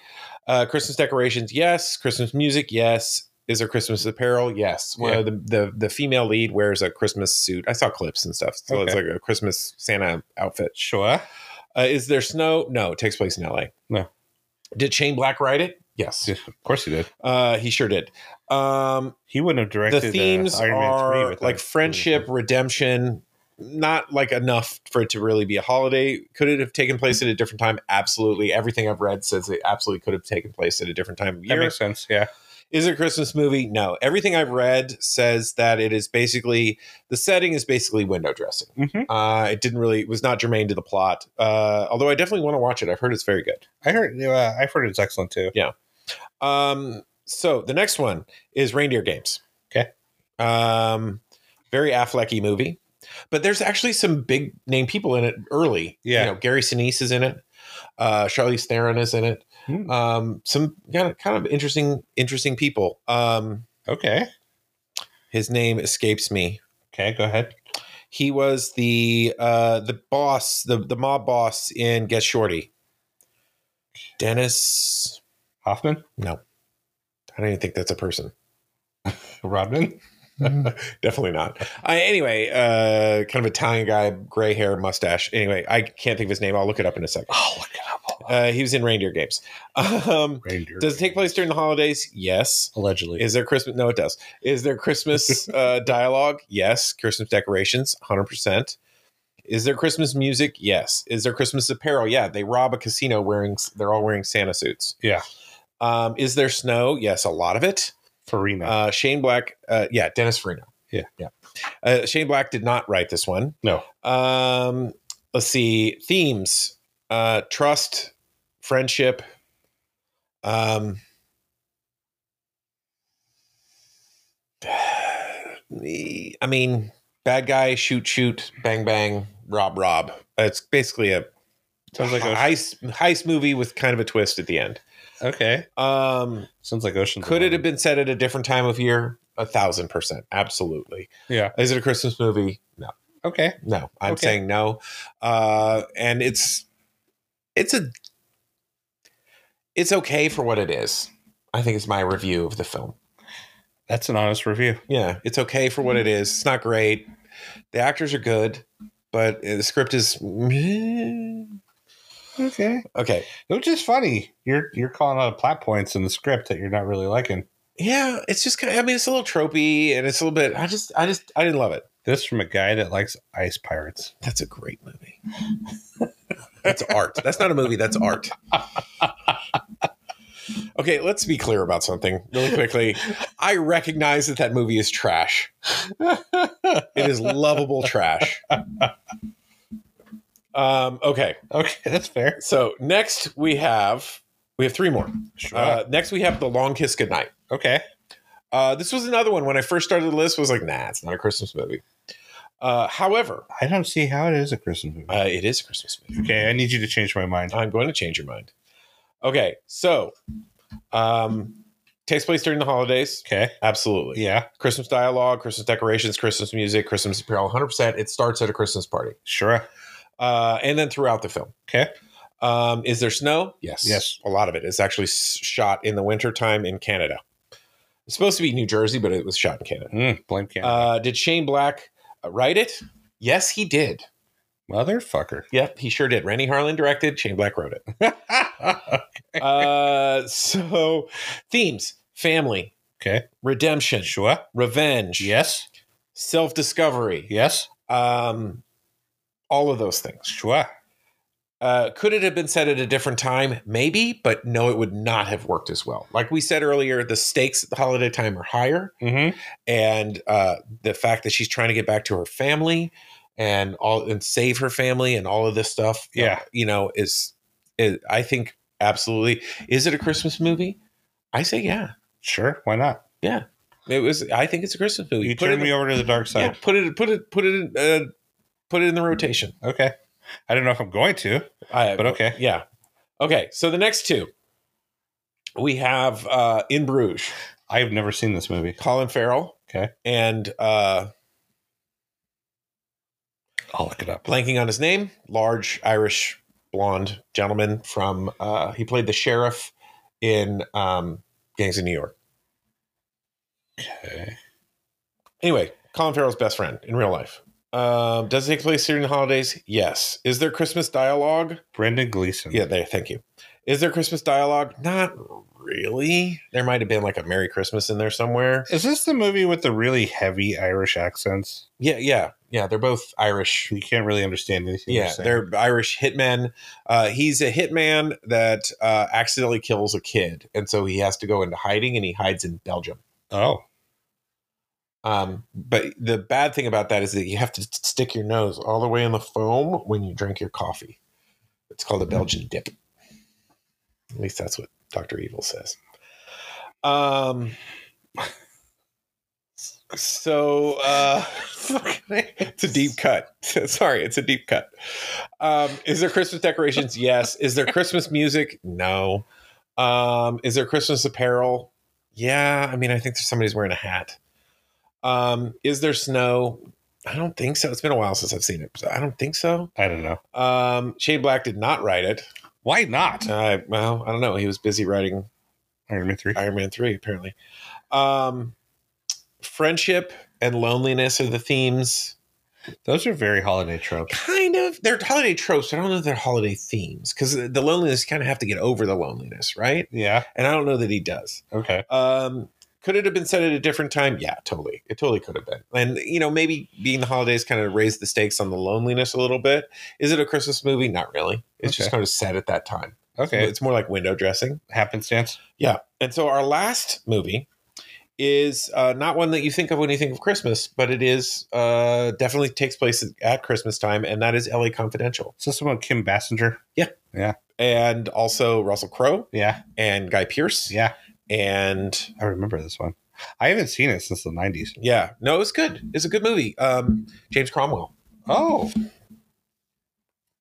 [SPEAKER 2] Uh, Christmas decorations, yes. Christmas music, yes. Is there Christmas apparel? Yes. One
[SPEAKER 3] Yeah.
[SPEAKER 2] of the, the the female lead wears a Christmas suit. I saw clips and stuff, so it's
[SPEAKER 3] Okay.
[SPEAKER 2] like a Christmas Santa outfit.
[SPEAKER 3] Sure.
[SPEAKER 2] Uh, is there snow? No. It takes place in L.A.
[SPEAKER 3] No.
[SPEAKER 2] Did Shane Black write it? Yes.
[SPEAKER 3] Yeah, of course he did.
[SPEAKER 2] Uh, he sure did. Um,
[SPEAKER 3] He wouldn't have
[SPEAKER 2] the
[SPEAKER 3] directed uh,
[SPEAKER 2] themes
[SPEAKER 3] Iron Man 3
[SPEAKER 2] are
[SPEAKER 3] without-
[SPEAKER 2] like friendship, redemption, not like enough for it to really be a holiday. Could it have taken place at a different time? Absolutely. Everything I've read says it absolutely could have taken place at a different time of
[SPEAKER 3] That
[SPEAKER 2] year.
[SPEAKER 3] makes sense. Yeah.
[SPEAKER 2] is it a Christmas movie? No. Everything I've read says that it is basically the setting is basically window dressing.
[SPEAKER 3] Mhm.
[SPEAKER 2] Uh, it didn't really it was not germane to the plot. Uh, although I definitely want to watch it. I've heard it's very good.
[SPEAKER 3] I heard. Uh, I've heard it's excellent too.
[SPEAKER 2] Um, so the next one is Reindeer Games.
[SPEAKER 3] Okay.
[SPEAKER 2] Um, very Afflecky movie, but there's actually some big name people in it early.
[SPEAKER 3] Yeah.
[SPEAKER 2] You know, Gary Sinise is in it. Uh, Charlize Theron is in it.
[SPEAKER 3] Hmm.
[SPEAKER 2] Um, some kind of kind of interesting interesting people. Um,
[SPEAKER 3] Okay.
[SPEAKER 2] his name escapes me.
[SPEAKER 3] Okay. Go ahead.
[SPEAKER 2] He was the uh, the boss, the the mob boss in Get Shorty. Dennis.
[SPEAKER 3] Hoffman.
[SPEAKER 2] No, I don't even think that's a person.
[SPEAKER 3] Rodman. Mm-hmm.
[SPEAKER 2] Definitely not. I, anyway, uh, kind of Italian guy, gray hair, mustache. Anyway, I can't think of his name. I'll look it up in a second.
[SPEAKER 3] Oh, look at
[SPEAKER 2] Uh, he was in Reindeer Games. Um,
[SPEAKER 3] Reindeer.
[SPEAKER 2] does it take place during the holidays? Yes.
[SPEAKER 3] allegedly?
[SPEAKER 2] Is there Christmas? No, it does. Is there Christmas uh, dialogue? Yes. Christmas decorations? 100%. Is there Christmas music? Yes. Is there Christmas apparel? Yeah. They rob a casino wearing, they're all wearing Santa suits.
[SPEAKER 3] Yeah.
[SPEAKER 2] Um, is there snow? Yes, a lot of it.
[SPEAKER 3] Farina.
[SPEAKER 2] Uh, Shane Black, uh, yeah, Dennis Farina.
[SPEAKER 3] Yeah.
[SPEAKER 2] yeah. Uh, Shane Black did not write this one.
[SPEAKER 3] No.
[SPEAKER 2] Um, let's see themes: uh, trust, friendship. Um, I mean, bad guy, shoot, shoot, bang, bang, rob, rob. It's basically a
[SPEAKER 3] Sounds like a,
[SPEAKER 2] heist heist movie with kind of a twist at the end.
[SPEAKER 3] okay.
[SPEAKER 2] Um,
[SPEAKER 3] Sounds like Ocean.
[SPEAKER 2] could it have been set at a different time of year? A thousand percent, absolutely.
[SPEAKER 3] Yeah.
[SPEAKER 2] Is it a Christmas movie? No,
[SPEAKER 3] Okay.
[SPEAKER 2] no. I'm
[SPEAKER 3] Okay.
[SPEAKER 2] saying no. Uh, and it's it's a it's okay for what it is. I think it's my review of the film.
[SPEAKER 3] That's an honest review.
[SPEAKER 2] Yeah, it's okay for what it is. It's not great. The actors are good, but uh, the script is meh.
[SPEAKER 3] Okay.
[SPEAKER 2] okay.
[SPEAKER 3] Which is funny. You're you're calling out plot points in the script that you're not really liking.
[SPEAKER 2] Yeah, it's just kind of. I mean, it's a little tropey, and it's a little bit. I just, I just, I didn't love it.
[SPEAKER 3] This from a guy that likes ice pirates.
[SPEAKER 2] That's a great movie. that's art. That's not a movie. That's art. Okay, let's be clear about something really quickly. I recognize that that movie is trash. It is lovable trash. Um, okay,
[SPEAKER 3] Okay, that's fair.
[SPEAKER 2] so next we have we have three more.
[SPEAKER 3] Sure.
[SPEAKER 2] Uh, next we have the Long Kiss Goodnight.
[SPEAKER 3] okay.
[SPEAKER 2] Uh, this was another one when I first started the list. Was like, nah, it's not a Christmas movie. Uh, however,
[SPEAKER 3] I don't see how it is a Christmas movie.
[SPEAKER 2] uh, it is a Christmas movie.
[SPEAKER 3] okay, I need you to change my mind.
[SPEAKER 2] I'm going to change your mind. Okay, so um takes place during the holidays.
[SPEAKER 3] Okay.
[SPEAKER 2] Absolutely.
[SPEAKER 3] Yeah.
[SPEAKER 2] Christmas dialogue, Christmas decorations, Christmas music, Christmas apparel, 100%. It starts at a Christmas party.
[SPEAKER 3] Sure.
[SPEAKER 2] Uh and then throughout the film.
[SPEAKER 3] Okay.
[SPEAKER 2] Um is there snow? Yes.
[SPEAKER 3] Yes.
[SPEAKER 2] A lot of it is actually s- shot in the wintertime in Canada. It's supposed to be New Jersey, but it was shot in Canada.
[SPEAKER 3] Mm, blame Canada.
[SPEAKER 2] Uh did Shane Black uh, write it? Yes, he did.
[SPEAKER 3] Motherfucker.
[SPEAKER 2] Yep, he sure did. Randy Harlan directed, Shane Black wrote it. uh, so, themes family,
[SPEAKER 3] Okay.
[SPEAKER 2] redemption,
[SPEAKER 3] Sure.
[SPEAKER 2] revenge,
[SPEAKER 3] Yes.
[SPEAKER 2] self discovery,
[SPEAKER 3] Yes.
[SPEAKER 2] um, all of those things.
[SPEAKER 3] Sure.
[SPEAKER 2] Uh, could it have been said at a different time? Maybe, but no, it would not have worked as well. Like we said earlier, the stakes at the holiday time are higher,
[SPEAKER 3] Mm-hmm.
[SPEAKER 2] and uh, the fact that she's trying to get back to her family and all and save her family and all of this stuff,
[SPEAKER 3] Yeah.
[SPEAKER 2] uh, you know, is, is I think absolutely. Is it a Christmas movie? I say yeah.
[SPEAKER 3] Sure. Why not?
[SPEAKER 2] It was. I think it's a Christmas movie.
[SPEAKER 3] You
[SPEAKER 2] Put
[SPEAKER 3] turn
[SPEAKER 2] it
[SPEAKER 3] me
[SPEAKER 2] in,
[SPEAKER 3] over to the dark
[SPEAKER 2] yeah,
[SPEAKER 3] side.
[SPEAKER 2] put it. Put it. Put it. In, uh, put it in the rotation.
[SPEAKER 3] Okay. I don't know if I'm going to,
[SPEAKER 2] I,
[SPEAKER 3] but okay.
[SPEAKER 2] Yeah. Okay. So the next two, we have uh, In Bruges,
[SPEAKER 3] I have never seen this movie.
[SPEAKER 2] Colin Farrell.
[SPEAKER 3] Okay.
[SPEAKER 2] And uh,
[SPEAKER 3] I'll look it up.
[SPEAKER 2] blanking on his name, large Irish blonde gentleman from, uh, he played the sheriff in um, Gangs of New York.
[SPEAKER 3] Okay.
[SPEAKER 2] Anyway, Colin Farrell's best friend in real life. Um, does it take place during the holidays? Yes. Is there Christmas dialogue?
[SPEAKER 3] Brendan Gleeson.
[SPEAKER 2] Yeah, there. Thank you. Is there Christmas dialogue? Not really. There might have been like a Merry Christmas in there somewhere.
[SPEAKER 3] Is this the movie with the really heavy Irish accents?
[SPEAKER 2] Yeah, yeah, yeah. They're both Irish.
[SPEAKER 3] You can't really understand anything.
[SPEAKER 2] Yeah,
[SPEAKER 3] they're saying.
[SPEAKER 2] they're Irish hitmen. Uh, he's a hitman that uh, accidentally kills a kid, and so he has to go into hiding, and he hides in Belgium.
[SPEAKER 3] Oh,
[SPEAKER 2] Um, but the bad thing about that is that you have to s- stick your nose all the way in the foam when you drink your coffee. It's called a Belgian dip. At least that's what Doctor Evil says. Um. So uh, it's a deep cut. Sorry, it's a deep cut. Um, is there Christmas decorations? Yes. Is there Christmas music? No. Um, is there Christmas apparel? Yeah. I mean, I think there's somebody's wearing a hat. Um, is there snow? I don't think so. It's been a while since I've seen it. so I don't think so.
[SPEAKER 3] I don't know.
[SPEAKER 2] Um, Shane Black did not write it.
[SPEAKER 3] Why not?
[SPEAKER 2] Uh, well, I don't know. He was busy writing
[SPEAKER 3] Iron Man 3.
[SPEAKER 2] Iron Man 3, apparently. Um, friendship and loneliness are the themes.
[SPEAKER 3] Those are very holiday tropes.
[SPEAKER 2] Kind of. They're holiday tropes. but I don't know if they're holiday themes because the loneliness you kind of have to get over the loneliness, right?
[SPEAKER 3] Yeah.
[SPEAKER 2] And I don't know that he does.
[SPEAKER 3] Okay.
[SPEAKER 2] Um, could it have been said at a different time? Yeah, totally. It totally could have been. And you know, maybe being the holidays kind of raised the stakes on the loneliness a little bit. Is it a Christmas movie? Not really. It's just
[SPEAKER 3] Okay.
[SPEAKER 2] kind of said at that time.
[SPEAKER 3] Okay.
[SPEAKER 2] It's more like window dressing.
[SPEAKER 3] Happenstance.
[SPEAKER 2] And so our last movie is uh, not one that you think of when you think of Christmas, but it is uh, definitely takes place at Christmas time, and that is L.A. Confidential,
[SPEAKER 3] Is this the one with Kim Bassinger?
[SPEAKER 2] and also Russell Crowe
[SPEAKER 3] Yeah.
[SPEAKER 2] and Guy Pearce,
[SPEAKER 3] Yeah.
[SPEAKER 2] and
[SPEAKER 3] I remember this one. I haven't seen it since the 90s.
[SPEAKER 2] Yeah, no, it's good. It's a good movie. Um, James Cromwell,
[SPEAKER 3] Oh.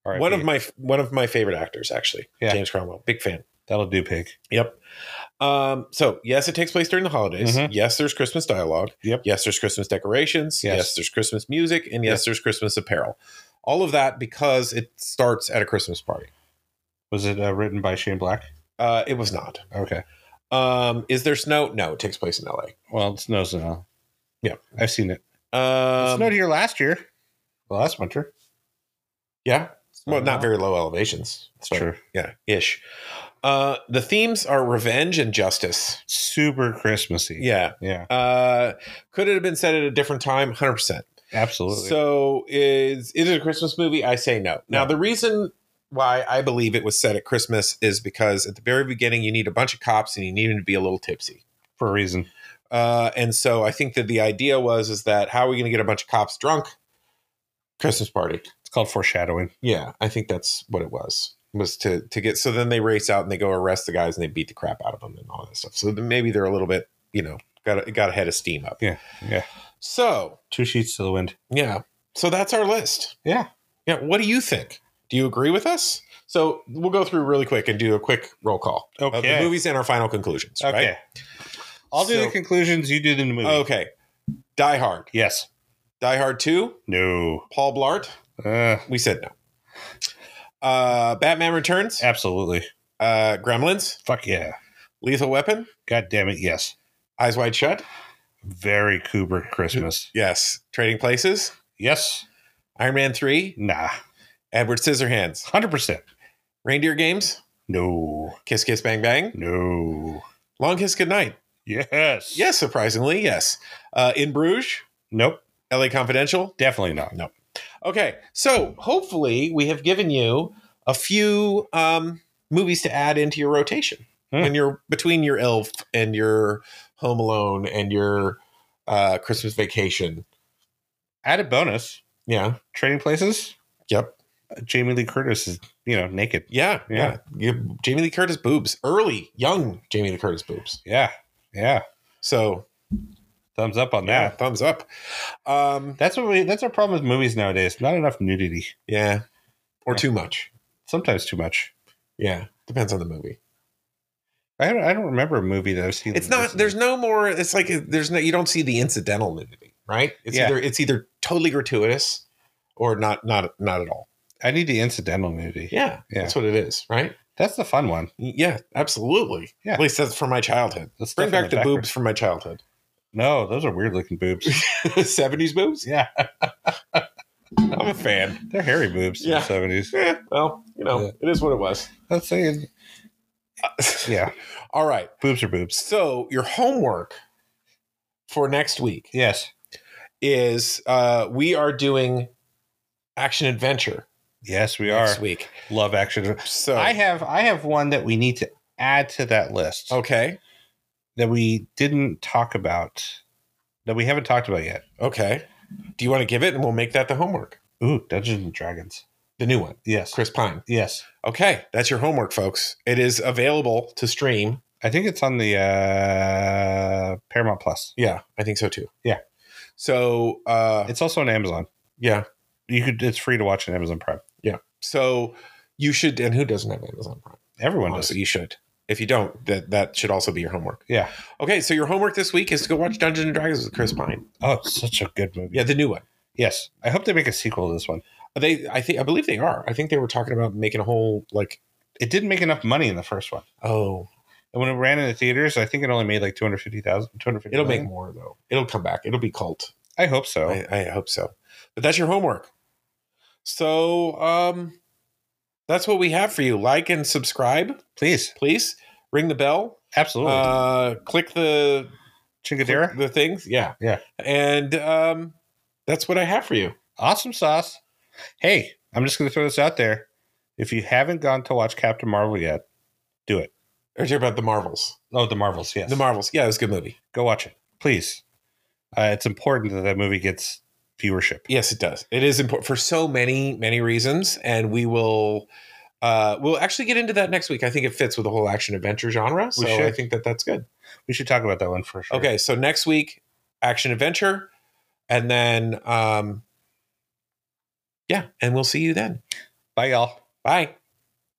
[SPEAKER 3] All right.
[SPEAKER 2] one of my one of my favorite actors, actually.
[SPEAKER 3] Yeah.
[SPEAKER 2] James Cromwell, big fan.
[SPEAKER 3] That'll do, pig.
[SPEAKER 2] Yep. Um, so yes, it takes place during the holidays.
[SPEAKER 3] Mhm.
[SPEAKER 2] Yes, there's Christmas dialogue.
[SPEAKER 3] Yep.
[SPEAKER 2] Yes, there's Christmas decorations. Yes,
[SPEAKER 3] Yes.
[SPEAKER 2] there's Christmas music, and yes, there's Christmas apparel. All of that because it starts at a Christmas party.
[SPEAKER 3] Was it uh, written by Shane Black?
[SPEAKER 2] Uh, it was not.
[SPEAKER 3] Okay.
[SPEAKER 2] Um, is there snow? No, it takes place in L.A.
[SPEAKER 3] Well, it snows now.
[SPEAKER 2] Yeah.
[SPEAKER 3] I've seen it. it
[SPEAKER 2] Um,
[SPEAKER 3] snowed here last year. Well, last winter.
[SPEAKER 2] yeah. Well,
[SPEAKER 3] Snowed
[SPEAKER 2] not
[SPEAKER 3] now.
[SPEAKER 2] very low elevations.
[SPEAKER 3] It's
[SPEAKER 2] but-
[SPEAKER 3] true.
[SPEAKER 2] Yeah, ish. Uh, the themes are revenge and justice.
[SPEAKER 3] Super Christmassy.
[SPEAKER 2] Yeah.
[SPEAKER 3] Yeah.
[SPEAKER 2] Uh, could it have been said at a different time? 100%.
[SPEAKER 3] Absolutely.
[SPEAKER 2] So is, is it a Christmas movie? I say no. Now,
[SPEAKER 3] No.
[SPEAKER 2] the reason why I believe it was set at Christmas is because at the very beginning, you need a bunch of cops and you need them to be a little tipsy.
[SPEAKER 3] for a reason.
[SPEAKER 2] Uh, and so I think that the idea was is that how are we going to get a bunch of cops drunk? Christmas party.
[SPEAKER 3] It's called foreshadowing.
[SPEAKER 2] Yeah, I think that's what it was. Was to to get so then they race out and they go arrest the guys and they beat the crap out of them and all that stuff. So then maybe they're a little bit, you know, got a, got a head of steam up.
[SPEAKER 3] Yeah, yeah.
[SPEAKER 2] So
[SPEAKER 3] Two sheets to the wind.
[SPEAKER 2] yeah, so that's our list.
[SPEAKER 3] Yeah.
[SPEAKER 2] Yeah. What do you think? Do you agree with us? So we'll go through really quick and do a quick roll call of
[SPEAKER 3] Okay.
[SPEAKER 2] the movies and our final conclusions.
[SPEAKER 3] Okay.
[SPEAKER 2] Right?
[SPEAKER 3] I'll do
[SPEAKER 2] So- Oh.
[SPEAKER 3] the conclusions. You do the movie.
[SPEAKER 2] Okay. Die Hard.
[SPEAKER 3] Yes.
[SPEAKER 2] Die Hard Two.
[SPEAKER 3] No.
[SPEAKER 2] Paul Blart.
[SPEAKER 3] Uh,
[SPEAKER 2] We said no. Uh, Batman Returns.
[SPEAKER 3] absolutely.
[SPEAKER 2] Uh, Gremlins.
[SPEAKER 3] Fuck yeah.
[SPEAKER 2] Lethal Weapon.
[SPEAKER 3] God damn it. Yes.
[SPEAKER 2] Eyes Wide Shut.
[SPEAKER 3] Very Kubrick Christmas.
[SPEAKER 2] Yes. Trading Places,
[SPEAKER 3] Yes.
[SPEAKER 2] Iron Man 3,
[SPEAKER 3] Nah.
[SPEAKER 2] Edward Scissorhands,
[SPEAKER 3] Hundred percent.
[SPEAKER 2] Reindeer Games,
[SPEAKER 3] No.
[SPEAKER 2] Kiss Kiss Bang Bang,
[SPEAKER 3] No.
[SPEAKER 2] Long Kiss Goodnight.
[SPEAKER 3] Yes.
[SPEAKER 2] Yes, surprisingly, yes. Uh, in Bruges,
[SPEAKER 3] Nope.
[SPEAKER 2] LA Confidential.
[SPEAKER 3] Definitely not.
[SPEAKER 2] Okay, so hopefully we have given you a few um, movies to add into your rotation
[SPEAKER 3] Hmm.
[SPEAKER 2] when you're between your Elf and your Home Alone and your uh, Christmas Vacation.
[SPEAKER 3] Added bonus.
[SPEAKER 2] Yeah.
[SPEAKER 3] Trading places.
[SPEAKER 2] Yep.
[SPEAKER 3] Uh, Jamie Lee Curtis is you know naked.
[SPEAKER 2] Yeah. Yeah.
[SPEAKER 3] Yeah.
[SPEAKER 2] You- Jamie Lee Curtis boobs early, young Jamie Lee Curtis boobs.
[SPEAKER 3] Yeah. Yeah.
[SPEAKER 2] So
[SPEAKER 3] Thumbs up on
[SPEAKER 2] yeah,
[SPEAKER 3] that.
[SPEAKER 2] thumbs up. Um,
[SPEAKER 3] That's what we. That's our problem with movies nowadays. Not enough nudity.
[SPEAKER 2] yeah, or
[SPEAKER 3] Yeah.
[SPEAKER 2] too much.
[SPEAKER 3] Sometimes too much.
[SPEAKER 2] Yeah, depends on the movie.
[SPEAKER 3] I don't, I don't remember a movie that I've seen.
[SPEAKER 2] it's not there's no more it's like there's no you don't see the incidental nudity right it's
[SPEAKER 3] Yeah.
[SPEAKER 2] either it's either totally gratuitous or not not not at all
[SPEAKER 3] I need the incidental nudity.
[SPEAKER 2] yeah,
[SPEAKER 3] Yeah.
[SPEAKER 2] that's what it is right
[SPEAKER 3] That's the fun one.
[SPEAKER 2] yeah absolutely
[SPEAKER 3] Yeah.
[SPEAKER 2] at least that's from my childhood
[SPEAKER 3] That's
[SPEAKER 2] bring back the
[SPEAKER 3] definitely
[SPEAKER 2] boobs from my childhood
[SPEAKER 3] No, those are weird looking boobs.
[SPEAKER 2] 70s boobs
[SPEAKER 3] yeah,
[SPEAKER 2] i'm a fan
[SPEAKER 3] they're hairy boobs
[SPEAKER 2] Yeah.
[SPEAKER 3] in the seventies.
[SPEAKER 2] Eh, well you know
[SPEAKER 3] Yeah.
[SPEAKER 2] it is what it was
[SPEAKER 3] That's saying, yeah,
[SPEAKER 2] all right
[SPEAKER 3] boobs are boobs.
[SPEAKER 2] so your homework for next week
[SPEAKER 3] Yes,
[SPEAKER 2] is uh we are doing action adventure
[SPEAKER 3] yes, we are.
[SPEAKER 2] next week
[SPEAKER 3] Love action.
[SPEAKER 2] so
[SPEAKER 3] I have I have one that we need to add to that list
[SPEAKER 2] okay
[SPEAKER 3] that we didn't talk about that we haven't talked about yet.
[SPEAKER 2] Okay. Do you want to give it and we'll make that the homework?
[SPEAKER 3] Ooh, Dungeons and Dragons.
[SPEAKER 2] The new one,
[SPEAKER 3] Yes,
[SPEAKER 2] Chris Pine.
[SPEAKER 3] yes.
[SPEAKER 2] Okay, that's your homework, folks. It is available to stream.
[SPEAKER 3] I think it's on the uh Paramount Plus.
[SPEAKER 2] Yeah, I think so too.
[SPEAKER 3] Yeah.
[SPEAKER 2] So, uh,
[SPEAKER 3] It's also on Amazon.
[SPEAKER 2] yeah.
[SPEAKER 3] You could. It's free to watch on Amazon Prime.
[SPEAKER 2] So you should, and who doesn't have Amazon Prime?
[SPEAKER 3] Everyone does.
[SPEAKER 2] Honestly, you should. If you don't, that that should also be your homework.
[SPEAKER 3] Yeah.
[SPEAKER 2] Okay, so your homework this week is to go
[SPEAKER 3] Mm-hmm.
[SPEAKER 2] watch Dungeons and Dragons with Chris Pine.
[SPEAKER 3] Oh, it's such a good movie.
[SPEAKER 2] Yeah, the new one.
[SPEAKER 3] Yes. I hope they make a sequel to this one.
[SPEAKER 2] They, I think, I believe they are. I think they were talking about making a whole like.
[SPEAKER 3] It didn't make enough money in the first one.
[SPEAKER 2] Oh,
[SPEAKER 3] And when it ran in the theaters, I think it only made like 250,000. 250
[SPEAKER 2] it'll make more though. It'll come back. It'll be cult.
[SPEAKER 3] I hope so.
[SPEAKER 2] I, I hope so. But that's your homework. So um, that's what we have for you. Like and subscribe,
[SPEAKER 3] Please.
[SPEAKER 2] please. Ring the bell.
[SPEAKER 3] Absolutely.
[SPEAKER 2] Uh, click the
[SPEAKER 3] Chingadera.
[SPEAKER 2] click the things. Yeah,
[SPEAKER 3] Yeah.
[SPEAKER 2] And um, that's what I have for you.
[SPEAKER 3] awesome sauce. Hey, I'm just going to throw this out there. If you haven't gone to watch Captain Marvel yet, do it.
[SPEAKER 2] Or talking about the Marvels.
[SPEAKER 3] Oh, the Marvels. Yes.
[SPEAKER 2] The Marvels. Yeah, it was a good movie.
[SPEAKER 3] Go watch it, please. Uh, it's important that that movie gets viewership.
[SPEAKER 2] Yes, it does. It is important for so many many reasons, and we will. Uh, we'll actually get into that next week. I think it fits with the whole action adventure genre, so I
[SPEAKER 3] should.
[SPEAKER 2] think that that's good.
[SPEAKER 3] We should talk about that one for sure.
[SPEAKER 2] Okay, so next week, action adventure, and then um, yeah, and we'll see you then.
[SPEAKER 3] Bye, y'all.
[SPEAKER 2] Bye.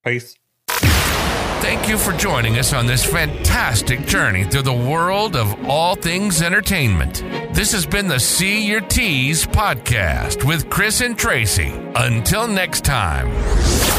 [SPEAKER 3] Peace.
[SPEAKER 1] Thank you for joining us on this fantastic journey through the world of all things entertainment. This has been the See Your Tees podcast with Chris and Tracy. Until next time.